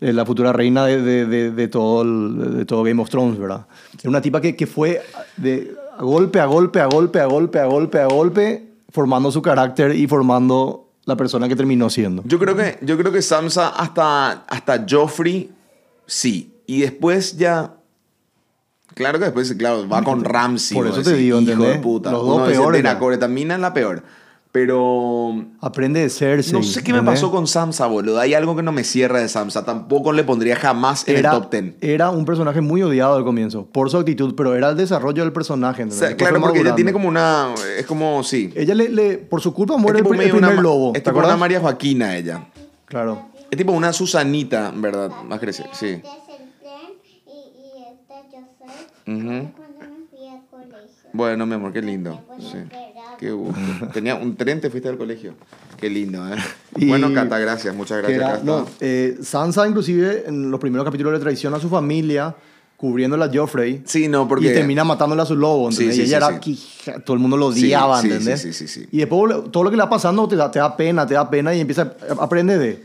eh, la futura reina de, de- de- de todo el- de todo Game of Thrones, ¿verdad? Era una tipa que, que fue de a golpe, a golpe, a golpe, a golpe, a golpe, a golpe, formando su carácter y formando la persona que terminó siendo.
Yo creo que, yo creo que Sansa hasta, hasta Joffrey, sí. Y después ya. Claro que después, claro, va con Ramsey.
Por eso te digo,
hijo de
¿entendés?
puta.
Los dos
Uno dice,
peores,
"Tena,
ya".
coretamina es la peor. Pero.
Aprende de Cersei.
No sé qué me
¿entendés?
pasó con Sansa, boludo. Hay algo que no me cierra de Sansa. Tampoco le pondría jamás en
era,
el top 10.
era un personaje muy odiado al comienzo por su actitud, pero era el desarrollo del personaje.
O
¿entendés?
sea,
Después
claro,
fue
porque ella
madurando.
tiene como una. Es como, sí.
Ella le, le- por su culpa muere el,
es tipo
pri- el
medio una
primer
ma-
lobo.
Es
¿Te
tipo una
acuerdas?
María Joaquina ella.
Claro.
Es tipo una Susanita, en ¿verdad? Más crecer, sí.
Este es el plan y, y esta yo soy.
Ujú.
Cuando me fui al colegio.
Bueno, mi amor, qué lindo. Sí. Qué gusto. Tenía un tren, te fuiste al colegio. Qué lindo, ¿eh?
Y-
Bueno, Cata, gracias. Muchas
Que
gracias,
era-
Cata.
no, eh, Sansa, inclusive, en los primeros capítulos le traiciona a su familia, cubriéndola a Joffrey.
Sí, no, porque-
Y termina matándole a su lobo, ¿entendés?
Sí, sí,
y ella
sí,
era
sí.
quija- todo el mundo lo
Sí,
odiaba,
sí, sí,
¿entendés?
sí, sí, sí.
Y después todo lo que le va pasando te da, te da pena, te da pena y empieza a aprender de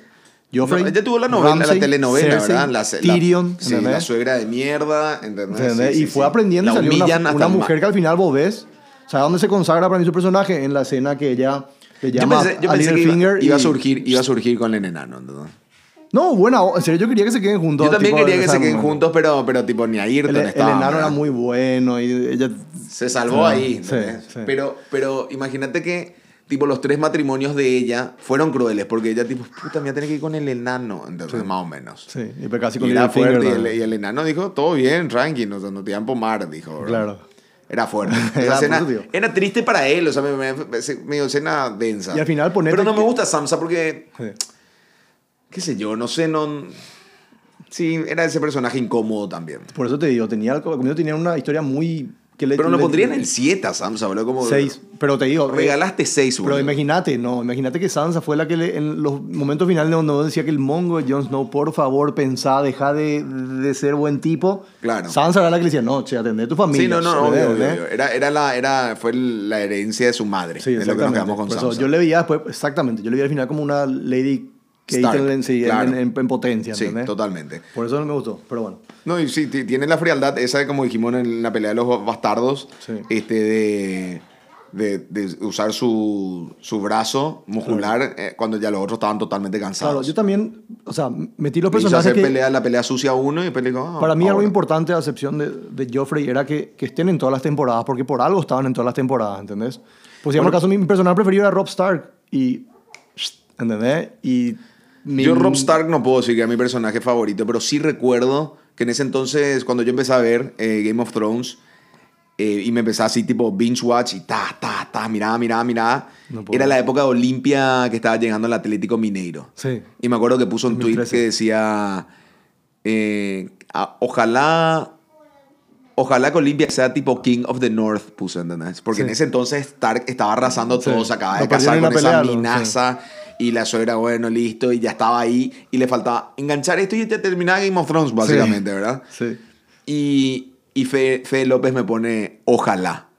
Joffrey.
No, ella tuvo la novela,
Ramsay,
la telenovela,
Cersei,
¿verdad? La, la-
Tyrion,
sí, la
¿entendés?
suegra de mierda, ¿entendés?
¿Entendés?
Sí, sí,
y fue
sí.
aprendiendo y
La
salió
humillan
una,
hasta
una
el ma-
mujer que al final vos ves. ¿Sabes dónde se consagra para mí su personaje? En la escena que ella le
Yo
llama
pensé, yo
a
pensé que iba,
Littlefinger. y-
iba a surgir, iba a surgir con el enano, ¿entendés?
No, bueno, en serio, yo quería que se queden juntos.
Yo también
tipo,
quería
en
que
ese
se queden
momento.
juntos, pero, pero tipo ni a
El, e-,
Ayrton
el
estaba,
enano era
¿verdad?
muy bueno y ella... Ah,
Se salvó
Sí,
ahí.
sí,
¿entendés?
sí.
Pero, pero imagínate que tipo los tres matrimonios de ella fueron crueles porque ella tipo, puta, me voy a tener que ir con el enano, entonces más o menos.
Sí, y fue casi
Y
con
era
Littlefinger,
fuerte y el,
¿no?
y el enano dijo, todo bien, tranqui, no, no te iban a pomar, dijo. bro.
Claro.
Era fuerte. Esa
Era, por
escena-
eso digo.
era triste para él, o sea, me, me- me- medio escena densa.
Y al final ponete
Pero no me
que-
gusta Samsa porque,
Sí.
qué sé yo, no sé, no... Sí, era ese personaje incómodo también.
Por eso te digo, tenía, al comienzo tenía una historia muy... Que le,
Pero lo
le-
pondrían en el 7 a Samsa, boludo. Como,
Seis. Pero te digo... eh,
Regalaste 6,
Pero imagínate, no, imagínate que Sansa fue la que le- en los momentos finales donde vos decía que el mongo de Jon Snow, por favor, pensá, deja de, de ser buen tipo.
Claro.
Sansa era la que le decía, no, che, atendé a tu familia.
Sí, no, no,
¿entendés?
obvio, obvio, obvio. Era, era la, era, fue la herencia de su madre.
Sí,
es lo que nos
exactamente.
quedamos con
Por eso,
Sansa.
yo le veía después, exactamente, yo le veía al final como una Lady que
Stark,
Ethan Lane- sí, en-
claro.
en, en- en potencia,
Sí,
¿entendés?
totalmente.
Por eso no me gustó, pero bueno.
No, y sí, ti- tiene la frialdad esa, de, como dijimos en la pelea de los bastardos,
Sí.
este, de, de, de usar su, su brazo muscular eh, cuando ya los otros estaban totalmente
Claro,
cansados.
yo también, o sea, metí los
Le hizo
personajes
hacer
que...
pelea, la pelea sucia a uno y después le dijo, "Ah,
Para mí algo
ahora".
importante, a excepción de, de Joffrey, era que, que estén en todas las temporadas, porque por algo estaban en todas las temporadas, ¿entendés? Pues, digamos,
Bueno.
caso, mi personaje preferido era Rob Stark, y... ¿Entendés? Y... mi-
Yo Rob Stark no puedo decir que es mi personaje favorito, pero sí recuerdo que en ese entonces, cuando yo empecé a ver eh, Game of Thrones, eh, y me empecé así tipo binge watch y ta, ta, ta, mirá, mirá, mirá.
No puedo.
Era la época de Olimpia que estaba llegando el Atlético Mineiro.
Sí.
Y me acuerdo que puso un tweet
2013.
que decía, eh, a- ojalá, ojalá que Olimpia sea tipo King of the North, puso, ¿entendés? Porque
Sí.
en ese entonces Stark estaba arrasando
Sí.
todo, se acababa de
Lo perdieron
casar
en
con
la
esa
pelea, ¿no?
minaza y la suegra, bueno, listo, y ya estaba ahí y le faltaba enganchar esto y ya terminaba Game of Thrones, básicamente, ¿verdad?
Sí.
Y, y Fe, Fe López me pone, ojalá.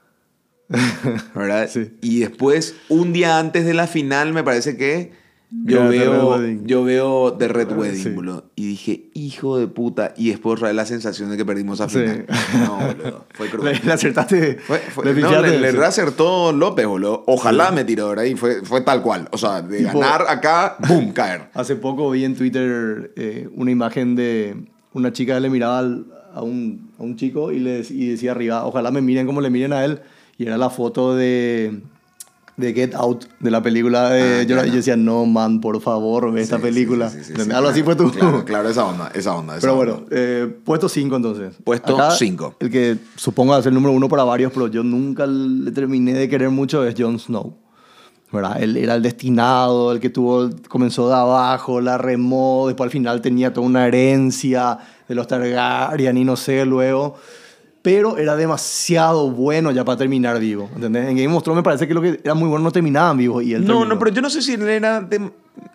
¿Verdad?
Sí.
Y después, un día antes de la final, me parece que yo
Mira, The
veo,
Red Wedding.
yo veo The Red
Ah,
Wedding,
sí.
boludo. Y dije, hijo de puta. Y después trae la sensación de que perdimos a
Sí.
final. No, boludo. Fue cruel.
Le, le acertaste.
Fue- fue-
le
no,
pifiaste,
le, le
sí.
reacertó López, boludo. Ojalá me tiró, ¿verdad? Y fue, fue tal cual. O sea, de
Tipo-
ganar acá, boom, caer.
Hace poco vi en Twitter eh, una imagen de una chica que le miraba al- a, un, a un chico y, le, dec- y decía arriba, ojalá me miren como le miren a él. Y era la foto de, de Get Out, de la película de...
Ah,
yo,
claro.
yo decía, no, man, por favor, ve esta
Sí,
película.
sí, sí, sí, sí,
¿Entendés?
sí,
Algo así fue
claro,
tú.
Claro, claro, esa onda, esa onda. esa
Pero
onda.
bueno, eh, puesto 5 entonces.
Puesto cinco.
El que supongo va a ser el número uno para varios, pero yo nunca le terminé de querer mucho es Jon Snow. ¿Verdad? Él era el destinado, el que tuvo, comenzó de abajo, la remó, después al final tenía toda una herencia de los Targaryen y no sé, luego. Pero era demasiado bueno ya para terminar vivo. ¿Entendés? En Game of Thrones me parece que lo que era muy bueno no terminaban vivo. Y él
No,
terminó.
no, pero yo no sé si él era. de-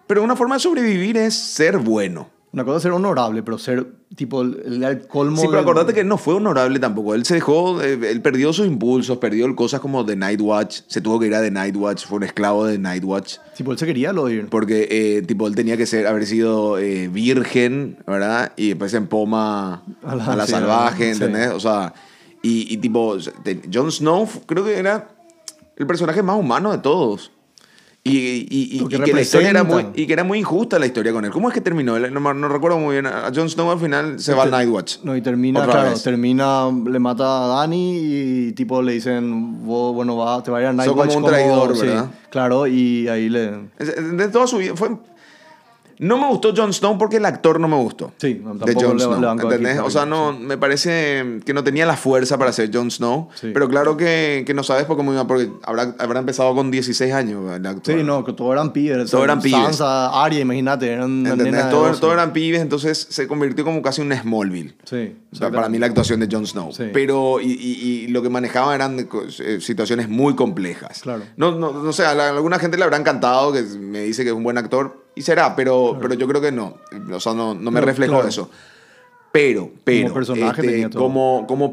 Pero una forma de sobrevivir es ser bueno.
Una cosa es ser honorable, pero ser tipo el, el- el colmo.
Sí, pero
de-
acordate que él no fue honorable tampoco. Él se dejó, eh, él perdió sus impulsos, perdió cosas como The Night Watch, se tuvo que ir a The Night Watch, fue un esclavo de The Night Watch.
Tipo, él se quería lo de ir.
Porque, eh, tipo, él tenía que ser, haber sido eh, virgen, ¿verdad? Y después se empoma a
A
la,
la- sí,
salvaje,
sí.
¿entendés? O sea, y, y tipo, te- Jon Snow f- creo que era el personaje más humano de todos. Y, y- y- y-
Lo que
y que la historia era muy,
representa.
y que era muy injusta la historia con él. ¿Cómo es que terminó? No, me- no recuerdo muy bien. A Jon Snow al final se va al Nightwatch.
Este, No, y termina,
Otra
claro,
vez.
termina, le mata a Dani y tipo le dicen, vos, bueno, va, te va a ir a Nightwatch.
como un traidor, ¿verdad?
claro, y ahí le...
Es- De toda su vida. Fue... No me gustó Jon Snow porque el actor no me gustó.
Sí,
De
tampoco
Jon
le-
Snow,
le banco a
¿entendés?
Kit
O sea, no,
Harington,
me parece que no tenía la fuerza para ser Jon Snow.
Sí.
Pero claro que, que no sabes por cómo iba, porque habrá, habrá empezado con 16 años el actor.
Sí, no, que todos eran pibes.
Todos eran pibes.
Sansa, Arya, imagínate, eran una nena
¿Entendés?
de
Todos
12.
todos eran pibes, entonces se convirtió como casi un Smallville.
Sí.
O sea, para mí la actuación de Jon Snow.
Sí.
Pero, y, y- y lo que manejaba eran co- eh, situaciones muy complejas.
Claro.
No, no, no sé, a la- a alguna gente le habrá encantado que me dice que es un buen actor, y será, pero, pero yo creo que no. O sea, no, no me
No,
reflejó
claro.
eso. Pero, pero. este,
personaje tenía todo.
Como, como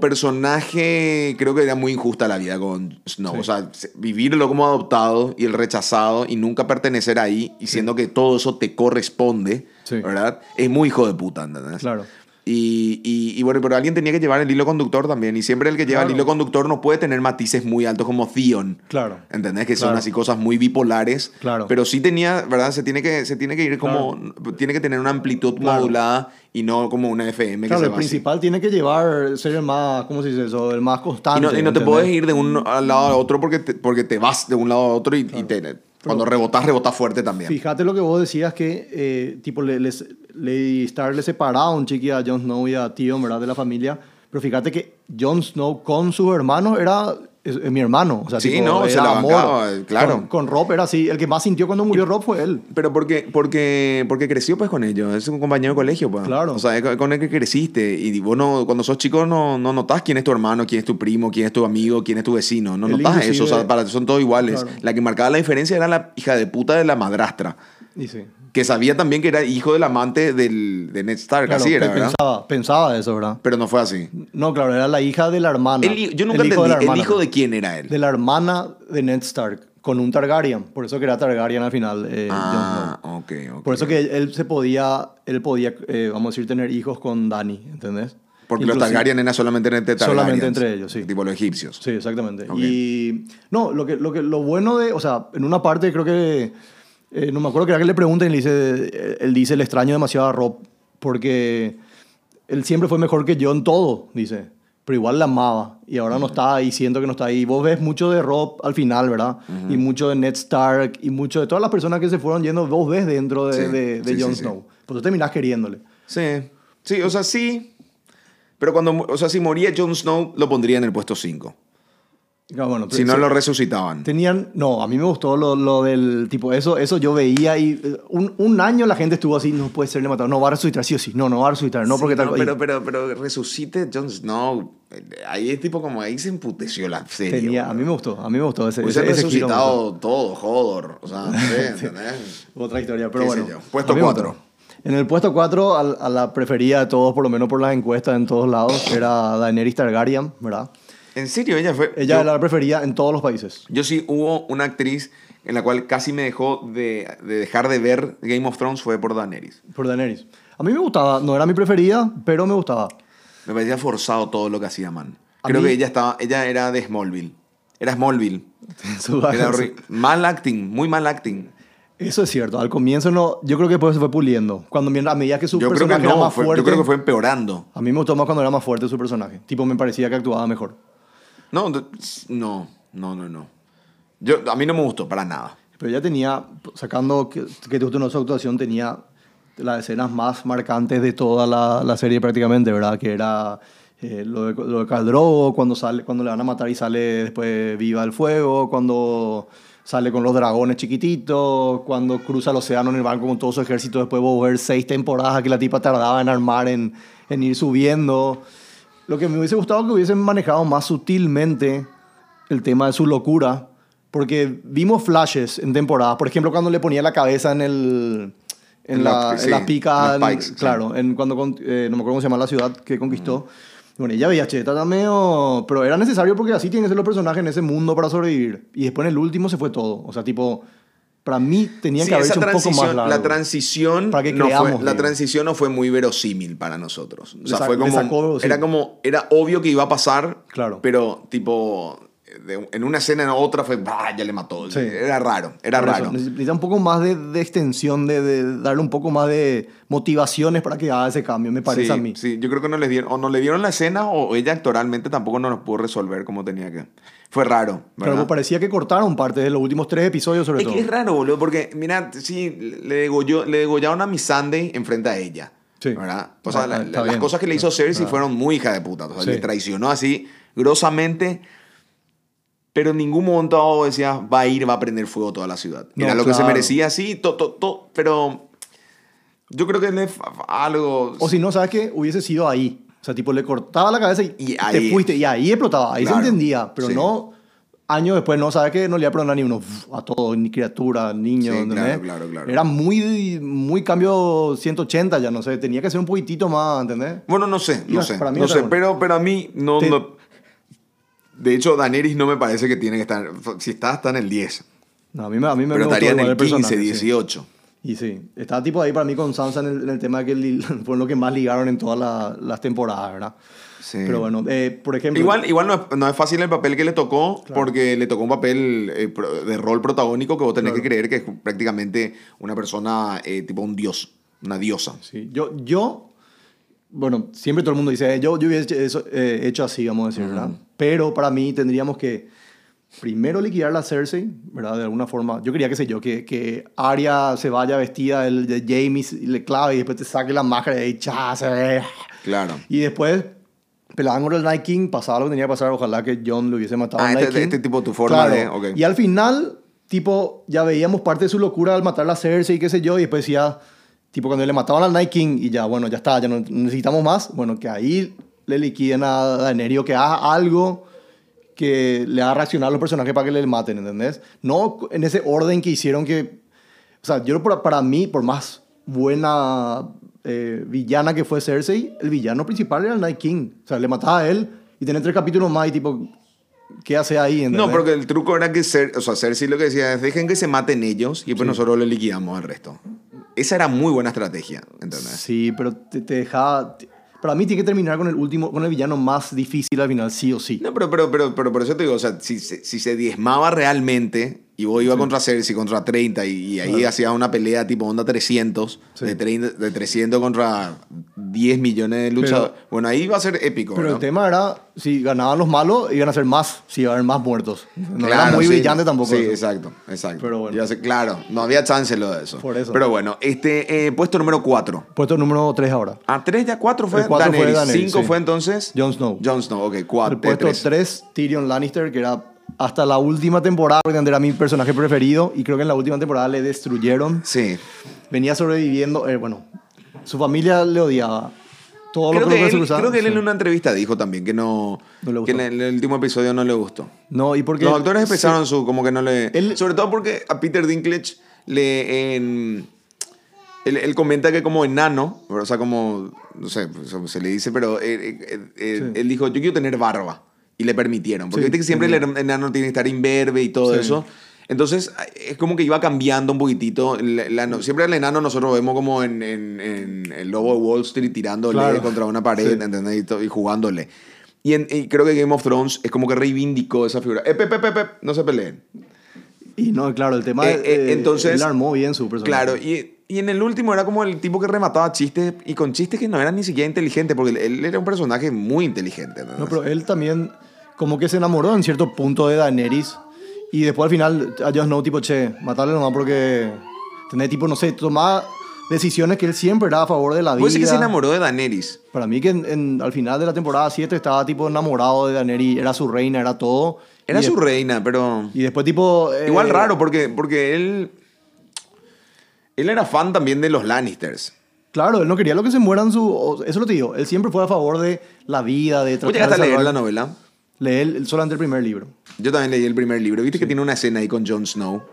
personaje, creo que era muy injusta la vida con Snow.
Sí.
O sea, se- vivirlo como adoptado y el rechazado y nunca pertenecer ahí, y siendo que todo eso te corresponde,
Sí.
¿verdad? Es muy hijo de puta, ¿entendés?
Claro.
Y, y- y bueno, pero alguien tenía que llevar el hilo conductor también. Y siempre el que lleva el
Claro.
hilo conductor no puede tener matices muy altos como Theon.
Claro.
¿Entendés? Que son
Claro.
así cosas muy bipolares.
Claro.
Pero sí tenía, ¿verdad? Se tiene que, se tiene que ir como. Tiene que tener una amplitud
Claro.
modulada y no como una FM
Claro,
que se
el
va así.
principal tiene que llevar, ser el más, ¿cómo se dice eso? El más
Y
constante.
no, y no te
¿entendés?
puedes ir de un al lado a otro porque te, porque te vas de un lado a otro y, y te- cuando rebotas, rebotas fuerte también.
Fíjate lo que vos decías que, eh, tipo, le, les, Lady Stark le separaba a un chiqui a Jon Snow y a Tion, ¿verdad? De la familia. Pero fíjate que Jon Snow con sus hermanos era es- es mi hermano. O sea,
Sí,
tipo,
no,
era
se la
amor.
bancaba, eh, claro.
Con, con Rob era así. El que más sintió cuando murió Rob fue él.
Pero porque, porque, porque creció pues con ellos, es un compañero de colegio, pues.
Claro.
O sea, es con el que creciste. Y vos no, cuando sos chico no, no notas quién es tu hermano, quién es tu primo, quién es tu amigo, quién es tu vecino. No
Él
notas eso, o sea,
inclusive-
para ti son todos iguales.
Claro.
La que marcaba la diferencia era la hija de puta de la madrastra,
Y sí.
que sabía también que era hijo del amante del, de Ned Stark,
Claro,
así era,
pe-
¿verdad?
pensaba, pensaba eso, ¿verdad?
Pero no fue así.
No, claro, era la hija de la hermana.
El hi- yo nunca
El hijo de la
entendí, ¿el
hermana, pues.
hijo de
perdón.
quién era él?
De la hermana de Ned Stark. con un Targaryen. Por eso que era Targaryen al final. eh, Jon
ah,
Snow.
ok, ok.
Por eso que él, él se podía, él podía, eh, vamos a decir, tener hijos con Dani, ¿entendés?
Porque los
Inclusive-
Targaryen eran solamente entre Targaryens.
Solamente entre ellos, sí.
Tipo los egipcios.
Sí, exactamente.
Ok.
Y no, lo, que, lo, que, lo bueno de, o sea, en una parte creo que, eh, no me acuerdo que era que le pregunten, le dice, eh, él dice, le extraño demasiado a Rob, porque él siempre fue mejor que yo en todo, dice, pero igual la amaba y ahora no está ahí, siento que no está ahí. Vos ves mucho de Rob al final, ¿verdad? Y mucho de Ned Stark y mucho de todas las personas que se fueron yendo, vos ves dentro de,
Sí,
de- de
sí,
Jon
sí, sí.
Snow. Pues tú terminás queriéndole.
Sí. Sí, o sea, sí. Pero cuando, mu- o sea, si moría Jon Snow, lo pondría en el puesto 5.
Ya, bueno,
Si no,
sí.
lo resucitaban.
Tenían, no, a mí me gustó lo, lo del tipo, eso, eso yo veía y eh, un, un año la gente estuvo así, no puede ser, le mataron, no va a resucitar, sí o sí, no, no va a resucitar, no
Sí,
porque tal cosa.
pero, pero, pero resucite Jon Snow. Ahí es tipo como ahí se emputeció la serie.
Tenía,
boludo.
a mí me gustó, a mí me gustó ese,
Hubiese
ese, ese giro me
resucitado
gustó.
todo, Jodor. O sea, no sé, ¿entendés?
Otra historia, pero
Qué sé
bueno.
yo. Puesto
a mí me gustó.
cuatro.
En el puesto 4, a, la preferida de todos, por lo menos por las encuestas en todos lados, era Daenerys Targaryen, ¿verdad?
En serio, ella fue.
Ella
yo-
era la preferida en todos los países.
Yo sí hubo una actriz en la cual casi me dejó de, de dejar de ver Game of Thrones fue por Daenerys.
Por Daenerys. A mí me gustaba, no era mi preferida, pero me gustaba.
Me parecía forzado todo lo que hacía Man.
A
Creo
mí-
que ella estaba, ella era de Smallville. Era Smallville.
Su-
Era horri- mal acting, muy mal acting.
Eso es cierto. Al comienzo no. Yo creo que después se fue puliendo. Cuando mien- a medida que su
Yo creo que
personaje era
no,
más
fue-
fuerte.
yo creo que fue empeorando.
A mí me gustó más cuando era más fuerte su personaje. Tipo, me parecía que actuaba mejor.
No, no, no, no, no, no. Yo, a mí no me gustó para nada.
Pero ya tenía, sacando que, que te gustó no su actuación, tenía las escenas más marcantes de toda la, la serie prácticamente, ¿verdad? Que era eh, lo, de, lo de Khal Drogo, cuando, sale, cuando le van a matar y sale después viva el fuego, cuando sale con los dragones chiquititos, cuando cruza el océano en el barco con todo su ejército, después de ver seis temporadas que la tipa tardaba en armar, en, en ir subiendo. Lo que me hubiese gustado que hubiesen manejado más sutilmente el tema de su locura, porque vimos flashes en temporadas. Por ejemplo, cuando le ponía la cabeza en el. En,
En
la,
la-
en
sí,
la pica.
en los
en-
pikes, sí.
claro, en cuando. con- eh, no me acuerdo cómo se llama la ciudad que conquistó.
Mm.
Bueno, ella veía, che, está tan medio- Pero era necesario porque así tienen que ser los personajes en ese mundo para sobrevivir. Y después en el último se fue todo. O sea, tipo. Para mí tenían
Sí,
que haber
esa
hecho un poco más
transición,
largo.
la transición
Para que
no
creamos,
fue, la
digamos.
transición no fue muy verosímil para nosotros. O
Le
sea,
sa-
fue
le
como
sacó, sí.
era como era obvio que iba a pasar,
Claro.
pero tipo de- en una escena en otra fue "Bah, ya le mató.
Sí.
Era raro, era
Por eso,
raro.
neces- Necesita un poco más de, de extensión, de, de darle un poco más de motivaciones para que haga ese cambio, me parece
sí,
a mí.
sí, yo creo que no les dieron o no le dieron la escena o ella actoralmente tampoco no nos pudo resolver como tenía que. Fue raro,
Pero
¿verdad?
parecía que cortaron parte de los últimos tres episodios, sobre
Es
todo.
que es raro, boludo, porque, mira, sí, le, degolló- le degollaron a mi Sunday enfrente a ella.
Sí.
¿Verdad? O sea,
Ah,
la-
ah, está
la- las
bien.
cosas que le hizo Cersei
Ah.
fueron muy hija de puta. O sea,
Sí.
le traicionó así, grosamente. Pero en ningún momento dado decía, va a ir, va a prender fuego toda la ciudad.
No,
Era lo que se
claro.
merecía, sí, to, to- to- pero yo creo que le fa- fa- algo...
O si no, ¿sabes qué? Hubiese sido ahí. O sea, tipo, le cortaba la cabeza y,
Y ahí.
te fuiste. Y ahí explotaba. Ahí
Claro.
se entendía. Pero
Sí.
no años después, no, ¿sabes qué? No le iba a perdonar ni uno uf, a todo, ni criatura, niño.
Sí,
¿entendés?
claro, claro, claro.
Era muy, muy cambio 180 ya, no sé. Tenía que ser un poquitito más, ¿entendés?
Bueno, no sé, no
Iba-
sé.
para mí
no
era
sé,
bueno.
pero, pero a mí no,
Te-
no- De hecho, Daenerys no me parece que tiene que estar... Si está, está en el 10.
No, a mí me, a mí me me
Pero
gustó
estaría en
igual
el 15,
personaje, sí.
18.
Y sí, estaba tipo ahí para mí con Sansa en el, en el tema que li- fue lo que más ligaron en todas la- las temporadas, ¿verdad?
Sí.
Pero bueno, eh, por ejemplo...
Igual, igual no, es, no es fácil el papel que le tocó, porque le tocó un papel eh, pro- de rol protagónico que vos tenés que creer que es prácticamente una persona eh, tipo un dios, una diosa.
Sí, yo, yo, bueno, siempre todo el mundo dice, eh, yo, yo hubiese hecho, eso, eh, hecho así, vamos a decir, ¿verdad? Pero para mí tendríamos que primero liquidar la Cersei, ¿verdad? De alguna forma. Yo quería, qué sé yo, que, que Arya se vaya vestida el de Jaime y le clave y después te saque la máscara y chá, se ve.
Claro.
Y después pelaban con el Night King, pasaba lo que tenía que pasar, ojalá que John lo hubiese matado.
Ah,
al Night
este-
King.
este tipo, tu forma de- ok.
Y al final, tipo, ya veíamos parte de su locura al matar a la Cersei y qué sé yo, y después ya, tipo, cuando le mataban al Night King y ya, bueno, ya está, ya no necesitamos más, bueno, que ahí le liquiden a Daenerys o que haga algo que le haga reaccionar a los personajes para que le maten, ¿entendés? No en ese orden que hicieron que o sea, yo para, para mí, por más buena eh, villana que fue Cersei, el villano principal era el Night King. O sea, le mataba a él y tenía tres capítulos más y tipo, ¿Qué hace ahí?
No,
¿entendés?
porque el truco era que Cer o sea, Cersei lo que decía es dejen que se maten ellos y pues nosotros le liquidamos al resto. Esa era muy buena estrategia, ¿entendés?
Sí, pero te, te dejaba... te- Para mí tiene que terminar con el último, con el villano más difícil al final, sí o sí.
No, pero, pero, pero, pero por eso te digo, o sea, si, se- si se diezmaba realmente y vos ibas contra Cersei, contra 30 y, y ahí
Claro.
hacía una pelea tipo onda 300,
Sí.
de, 30 de 300 contra 10 millones de luchadores, bueno, ahí iba a ser épico.
Pero el
¿no?
tema era, si ganaban los malos, iban a ser más, si iban a haber más muertos. No era
Claro,
muy
sí.
brillante tampoco.
Sí,
eso.
exacto, exacto.
Pero bueno.
Ya sé, claro, no había chance lo de eso.
Por eso.
Pero bueno, este eh, puesto número 4.
Puesto número 3 ahora.
A 3 ya 4 fue
El cuatro fue
Daenerys.
Daenerys,
5
sí.
fue entonces.
Jon Snow.
Jon Snow, ok,
el
4.
puesto 3, Tyrion Lannister, que era hasta la última temporada, porque era mi personaje preferido, y creo que en la última temporada le destruyeron.
Sí.
Venía sobreviviendo, eh, bueno, su familia le odiaba. Todo
Creo
lo que,
que, él,
cruzaba-
creo que él
sí.
en una entrevista dijo también que no.
No le gustó.
que en el, el último episodio no le gustó.
No, y porque...
Los actores empezaron su. como que no le.
Él-
sobre todo porque a Peter Dinklage le. en- él, él comenta que como enano, o sea, como. no sé, pues, se- se le dice, pero eh, eh, eh,
Sí.
él dijo: Yo quiero tener barba. Y le permitieron. Porque
Sí,
viste que siempre
sí.
el enano tiene que estar imberbe y todo
Sí.
eso. Entonces, es como que iba cambiando un poquitito. la- la no- siempre al enano nosotros vemos como en, en- en el lobo de Wall Street tirándole
Claro.
contra una pared,
Sí.
¿entendés? Y, to- y jugándole. Y, en- y creo que Game of Thrones es como que reivindicó esa figura. Eh, Ep, ep, ep, ep, ep, no se peleen.
Y no, claro, el tema...
Eh, eh,
eh,
entonces-
Él armó bien su personaje.
Claro, y, y en el último era como el tipo que remataba chistes y con chistes que no eran ni siquiera inteligentes, porque él era un personaje muy inteligente. ¿entendés?
No, pero él también como que se enamoró en cierto punto de Daenerys y después al final a Jon Snow tipo, che, matarle nomás porque tener tipo, no sé, tomaba decisiones que él siempre era a favor de la vida.
Vos decís que se enamoró de Daenerys.
Para mí que en- en- al final de la temporada 7 estaba tipo enamorado de Daenerys, era su reina, era todo.
Era
Y
su
de-
reina, pero...
Y después tipo... eh,
Igual raro, porque, porque él... Él era fan también de los Lannisters.
Claro, él no quería lo que se mueran su... o- Eso lo te digo, él siempre fue a favor de la vida, de tratar
¿Vos llegaste a
de
leer la
salvar-
novela?
Leer el- solamente el primer libro.
Yo también leí el primer libro. Viste que tiene una escena ahí con Jon Snow.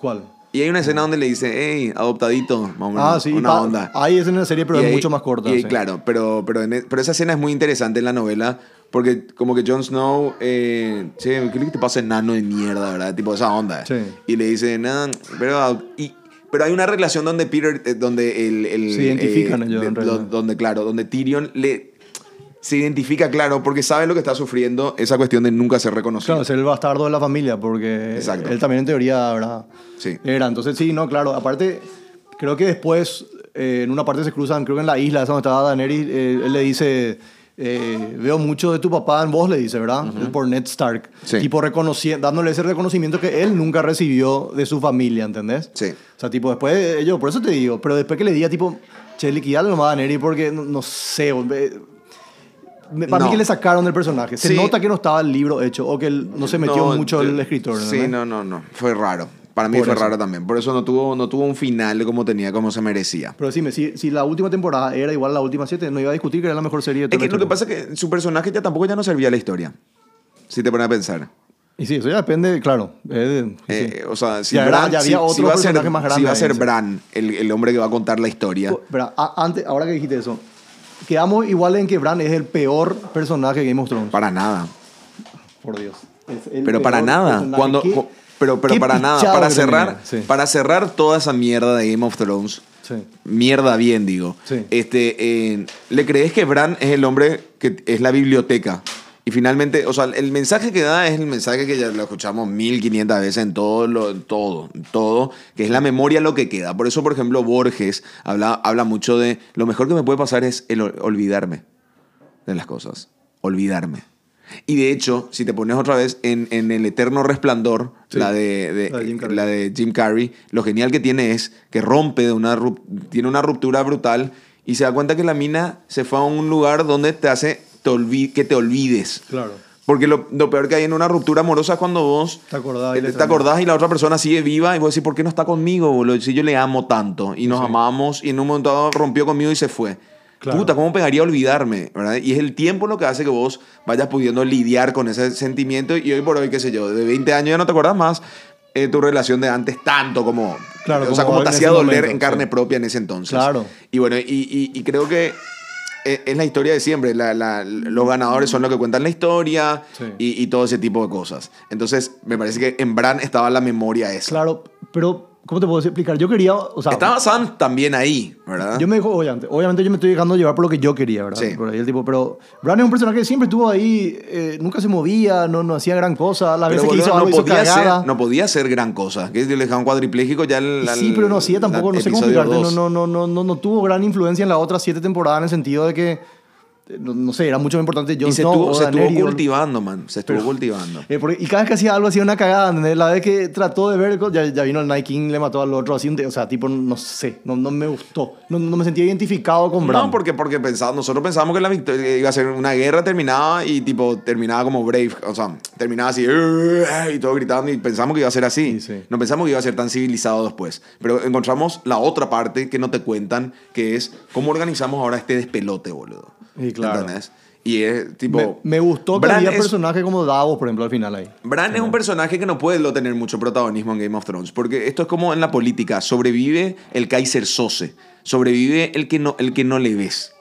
¿Cuál?
Y hay una escena donde le dice, hey, adoptadito, más o menos,
Ah, sí,
una
pa-
onda.
ahí es en la serie, pero
Y
es
ahí-
mucho más corta.
y ahí,
sí.
Claro, pero, pero, en e- pero esa escena es muy interesante en la novela, porque como que Jon Snow, eh, che, ¿qué es lo que te pasa enano de mierda, verdad? Tipo esa onda.
Sí.
Y le dice, "Nah, pero, ah, y- pero hay una relación donde Peter, eh, donde el... el- eh,
Se identifican ellos,
de-
en realidad.
do- Donde, claro, donde Tyrion le... Se identifica, claro, porque sabe lo que está sufriendo, esa cuestión de nunca ser reconocido.
Claro, es el bastardo de la familia, porque
Exacto.
él también en teoría ¿verdad?
Sí.
era. Entonces, sí, no, claro. Aparte, creo que después, eh, en una parte se cruzan, creo que en la isla, esa donde estaba Daenerys, eh, él le dice, eh, veo mucho de tu papá en vos, le dice, ¿verdad? Por Ned Stark.
Sí.
Tipo, reconoci- dándole ese reconocimiento que él nunca recibió de su familia, ¿entendés?
Sí.
O sea, tipo, después, eh, yo, por eso te digo, pero después que le diga, tipo, che, liquidalo nomás a Daenerys porque, no, no sé, eh, me- para
No.
mí que le sacaron del personaje. Se
Sí.
nota que no estaba el libro hecho o que el- no se metió
No,
mucho
eh,
el escritor.
Sí, no, no, no. Fue raro. Para mí
Por
fue
eso.
raro también. Por eso no tuvo, no tuvo un final como tenía, como se merecía.
Pero decime, si, si la última temporada era igual a la última siete, no iba a discutir que era la mejor serie de
Es
toda la
que lo que
historia.
pasa es que su personaje ya tampoco ya no servía a la historia. Si te pones a pensar.
Y sí, eso ya depende, claro. eh, de- sí.
Eh, o sea, si,
Ya era-
Bran,
ya
si-
había
si
otro
va a ser,
personaje más
si
grande
va a ser
ahí, sí.
Bran, el, el hombre que va a contar la historia.
Po- Pero a- antes, ahora que dijiste eso, quedamos igual en que Bran es el peor personaje de Game of Thrones.
Para nada.
Por Dios. Es el
Pero para
peor
nada.
personaje.
Cuando,
Qué-
cu- pero pero
qué
para nada.
pichado
Para
que
cerrar,
termina. Sí.
para cerrar toda esa mierda de Game of Thrones,
Sí.
mierda bien, digo.
Sí.
Este, eh, ¿Le crees que Bran es el hombre que es la biblioteca? Y finalmente, o sea, el mensaje que da es el mensaje que ya lo escuchamos 1500 veces en todo, lo, en todo, en todo, que es la memoria lo que queda. Por eso, por ejemplo, Borges habla, habla mucho de lo mejor que me puede pasar es el ol- olvidarme de las cosas, olvidarme. Y de hecho, si te pones otra vez en, en El Eterno Resplandor,
Sí,
la, de, de-
la de Jim Carrey.
la de Jim Carrey, lo genial que tiene es que rompe, de una rup- tiene una ruptura brutal y se da cuenta que la mina se fue a un lugar donde te hace te olvi- que te olvides.
Claro.
Porque lo, lo peor que hay en una ruptura amorosa es cuando vos
Te acordás y
eh,
le
te acordás y la otra persona sigue viva y vos decís, ¿por qué no está conmigo? boludo? Si yo le amo tanto y nos amamos y en un momento dado rompió conmigo y se fue.
Claro.
Puta, ¿cómo pegaría olvidarme? ¿verdad? Y es el tiempo lo que hace que vos vayas pudiendo lidiar con ese sentimiento y hoy por hoy, qué sé yo, de 20 años ya no te acordás más eh, tu relación de antes tanto como...
Claro,
o sea,
como
como te
en
hacía
ese
doler
momento,
en carne
sí.
propia en ese entonces.
Claro.
Y bueno, y, y- y creo que es, es la historia de siempre. La- la- los ganadores son los que cuentan la historia
Sí.
y, y todo ese tipo de cosas. Entonces, me parece que en Bran estaba la memoria esa.
Claro, pero ¿cómo te puedo explicar? Yo quería, o sea,
Estaba Sam también ahí, ¿verdad?
yo me dejo, obviamente, obviamente yo me estoy dejando llevar por lo que yo quería, ¿verdad?
Sí.
Por ahí el tipo, pero Bran es un personaje que siempre estuvo ahí, eh, nunca se movía, no, no hacía gran cosa, la veces
Pero,
que
boludo,
hizo algo
no,
hizo
podía
cagada.
ser, no podía ser gran cosa. Que le dejaban cuadripléjico ya el,
Y
al-
sí, pero no hacía tampoco,
al
no sé cómo
episodio
explicarte, no,
dos.
no, no, no, no, no tuvo gran influencia en las otras siete temporadas en el sentido de que, eh, no, no sé, era mucho más importante Jon
Y se,
Snow
estuvo,
o
se estuvo
Daenerys, o-
cultivando, man. Se estuvo
Pero-
cultivando.
Eh, porque- y cada vez que hacía algo hacía una cagada, ¿entendés? La vez que trató de ver, co- ya, ya vino el Night King, le mató al otro, así, o sea, tipo, no sé, no, no me gustó, no, no me sentía identificado con Bran.
No, porque, porque pensaba- nosotros pensábamos que la victoria iba a ser una guerra terminada y tipo terminaba como Brave, o sea, terminaba así "Ugh", y todo gritando y pensamos que iba a ser así.
Sí, sí.
No pensamos que iba a ser tan civilizado después. Pero encontramos la otra parte que no te cuentan, que es cómo organizamos ahora este despelote, boludo.
Y claro.
¿Entendés? Y es tipo...
me, me gustó que
Bran
había
es-
personajes como Davos, por ejemplo, al final ahí.
Bran es un personaje que no puede lo tener mucho protagonismo en Game of Thrones, porque esto es como en la política, sobrevive el Kaiser Sose, sobrevive el que no, el que no le ves.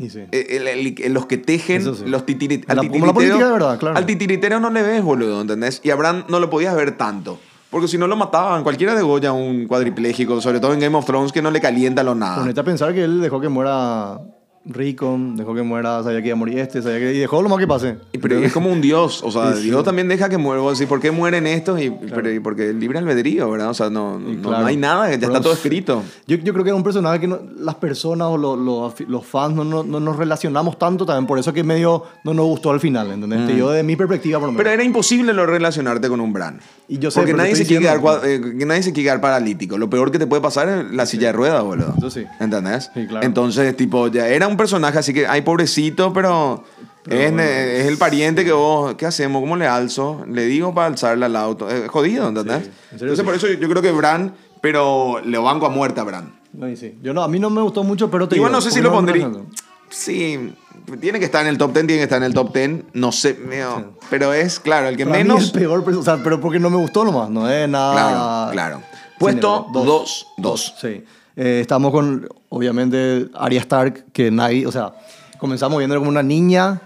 Y sí.
eh, El- el- el- los que tejen,
Eso sí.
los titiri-
La-
al
como la política de verdad, claro.
Al titiritero no le ves, boludo, ¿entendés? Y a Bran no lo podías ver tanto. Porque si no lo mataban, cualquiera de Goya un cuadripléjico, sobre todo en Game of Thrones, que no le calienta lo nada.
Ponete a pensar que él dejó que muera Rickon, dejó que muera, sabía que iba a morir este, sabía que... Y dejó lo más que pase.
Y Pero es como un dios, o sea, Dios también deja que muera. Así, ¿Por qué mueren estos? Y, pero, y porque el libre albedrío, ¿verdad? O sea, no, no- no
claro.
hay nada, ya está
Pero-
todo escrito.
Yo, yo creo que es un personaje que no- las personas o lo- lo afi- los fans no, no- no nos relacionamos tanto también, por eso que medio no nos gustó al final, ¿entendés? Yo de mi perspectiva por lo menos.
Mm. Pero era imposible lo relacionarte con un Bran.
Y yo sé,
porque
pero te
nadie se,
estoy
quiere quedar,
diciendo.
cua- eh, que nadie se quiere quedar paralítico. Lo peor que te puede pasar es la silla de ruedas, boludo.
Eso sí.
¿Entendés?
Sí, claro.
Entonces, tipo, ya era un personaje así que, ay, pobrecito, pero, es, ne- es el pariente que vos, ¿qué hacemos? ¿Cómo le alzo? Le digo para alzarle al auto. Es jodido, ¿entendés?
Sí, en serio
Entonces,
sí.
por eso yo, yo creo que Bran, pero le banco a muerte a Bran.
No, y sí. Yo no, a mí no me gustó mucho, pero te
Igual
digo,
no sé
porque
si lo
me
pondría.
gustó tanto.
Sí, tiene que estar en el top 10, tiene que estar en el top 10. No sé, medio- pero es, claro, el que
Para mí
menos.
el peor, pero, o sea, pero porque no me gustó nomás, no es nada.
Claro, claro. Puesto
Cine, ¿verdad?
Ah, dos, dos.
Sí. Eh, estamos con, obviamente, Arya Stark, que nadie, o sea, comenzamos viéndola como una niña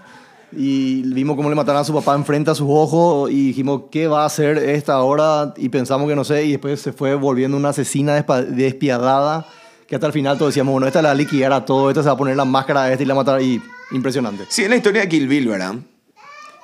y vimos cómo le mataron a su papá enfrente a sus ojos y dijimos, ¿qué va a hacer esta ahora? Y pensamos que no sé, y después se fue volviendo una asesina despa- despiadada, que hasta el final todos decíamos, bueno, esta la va a liquidar a todo, esta se va a poner la máscara a esta y la va a matar, y impresionante.
Sí, es la historia de Kill Bill, ¿verdad?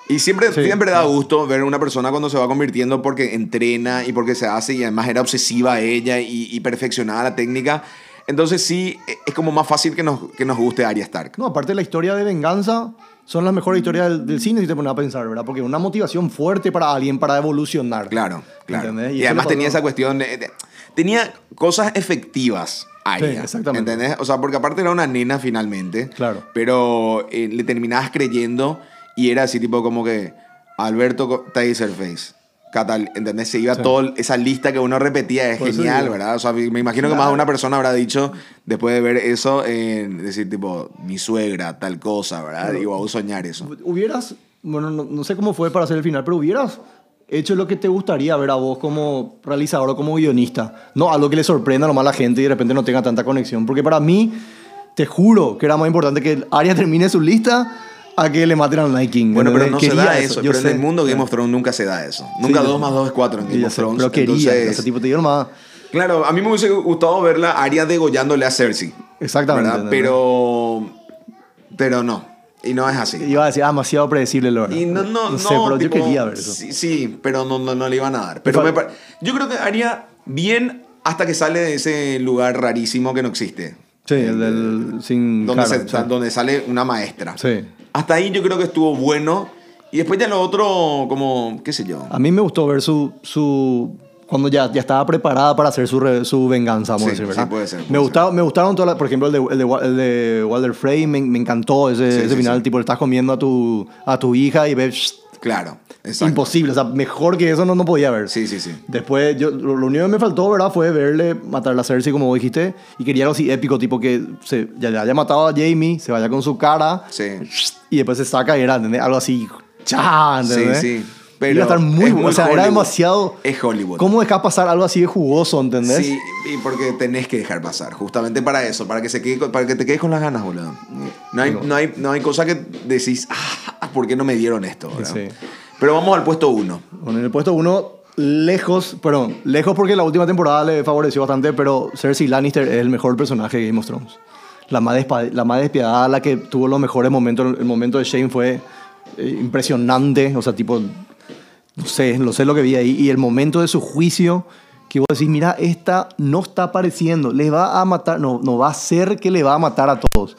Y siempre,
Sí.
siempre da gusto ver a una persona cuando se va convirtiendo porque entrena y porque se hace y además era obsesiva ella y, y perfeccionaba la técnica. Entonces sí, e- es como más fácil que nos, que nos guste Arya Stark.
No, aparte la historia de venganza son las mejores historias del, del cine si te pones a pensar, ¿verdad? Porque una motivación fuerte para alguien para evolucionar.
Claro, claro.
¿Entendés?
Y,
eso
además
le
tenía
pasó-
esa cuestión de- de- tenía cosas efectivas. Arya,
Sí, exactamente.
¿Entendés? O sea, porque aparte era una nena finalmente.
Claro.
Pero eh, le terminabas creyendo y era así tipo como que Alberto Co- Taserface. Catal, ¿entendés? Se iba toda esa lista que uno repetía, es
Por eso
genial,
digo.
¿verdad? O sea, me imagino que más de una persona habrá dicho, después de ver eso, eh, decir tipo, mi suegra, tal cosa, ¿verdad? Y wow, soñar eso.
Hubieras, bueno, no, no sé cómo fue para hacer el final, pero hubieras hecho lo que te gustaría ver a vos como realizador o como guionista. No, algo que le sorprenda nomás a la gente y de repente no tenga tanta conexión. Porque para mí, te juro que era más importante que Arya termine su lista a que le maten al Night King.
Bueno, pero
¿entendés?
no se
Quería
da Eh, eso.
yo
Pero en
sé.
el mundo Game of Thrones nunca se da eso. Nunca
yo
2
sé.
más 2 es 4 en
Sí,
Game
ya
of
sé,
Thrones.
Pero quería,
Entonces,
o sea, tipo, te dio nomás...
Claro, a mí me hubiese gustado verla Aria degollándole a Cersei.
Exactamente,
¿verdad?
¿no?
Pero. Pero no. Y no es así.
Iba a decir, ah, demasiado predecible, la verdad.
Y no, no, no.
sé, pero
tipo,
yo quería ver eso.
Sí, sí, pero no, no, no le iban a dar. Pero
Pero-
me par- yo creo que haría bien hasta que sale de ese lugar rarísimo que no existe.
Sí, el del. Sin.
Donde,
cara,
se-
sí.
donde sale una maestra.
Sí.
Hasta ahí yo creo que estuvo bueno. Y después ya lo otro, como, qué sé yo.
A mí me gustó ver su. su cuando ya, ya estaba preparada para hacer su, re- su venganza, vamos a
Sí,
decir,
sí,
¿verdad?
puede ser,
me,
puede
gustaba- me gustaron todas las. Por ejemplo, el de, el de, Wa- el de Walter Frey, me, me encantó ese,
Sí,
ese
sí,
final.
sí.
Tipo, le estás comiendo a tu, a tu hija y ves.
Claro, exacto.
Imposible, o sea, mejor que eso no, no podía ver.
Sí, sí, sí.
Después, yo, lo, lo único que me faltó, ¿verdad? Fue verle matar a Cersei, como vos dijiste. Y quería algo así épico, tipo que se, ya le haya matado a Jamie, se vaya con su cara.
Sí.
Y después se saca y era, ¿entendés? Algo así. ¡Cha!
Sí,
¿entendés?
sí. Pero
iba a estar muy,
es
bu- O sea, era
Hollywood.
demasiado.
Es Hollywood.
¿Cómo dejas pasar algo así de jugoso, entendés?
Sí, y porque tenés que dejar pasar, justamente para eso, para que, se quede, con- para que te quedes con las ganas, boludo. No hay, no hay, no hay cosa que decís, ah, ¿por qué no me dieron esto? ¿verdad?
Sí.
Pero vamos al puesto uno.
Bueno, en el puesto uno, lejos, perdón, lejos porque la última temporada le favoreció bastante, pero Cersei Lannister es el mejor personaje de Game of Thrones. La más, despa- la más despiadada, la que tuvo los mejores momentos. El momento de Shane fue eh, impresionante. O sea, tipo, no sé, lo sé lo que vi ahí. Y el momento de su juicio, que vos decís, mira, esta no está apareciendo, le va a matar, no, no va a ser que le va a matar a todos.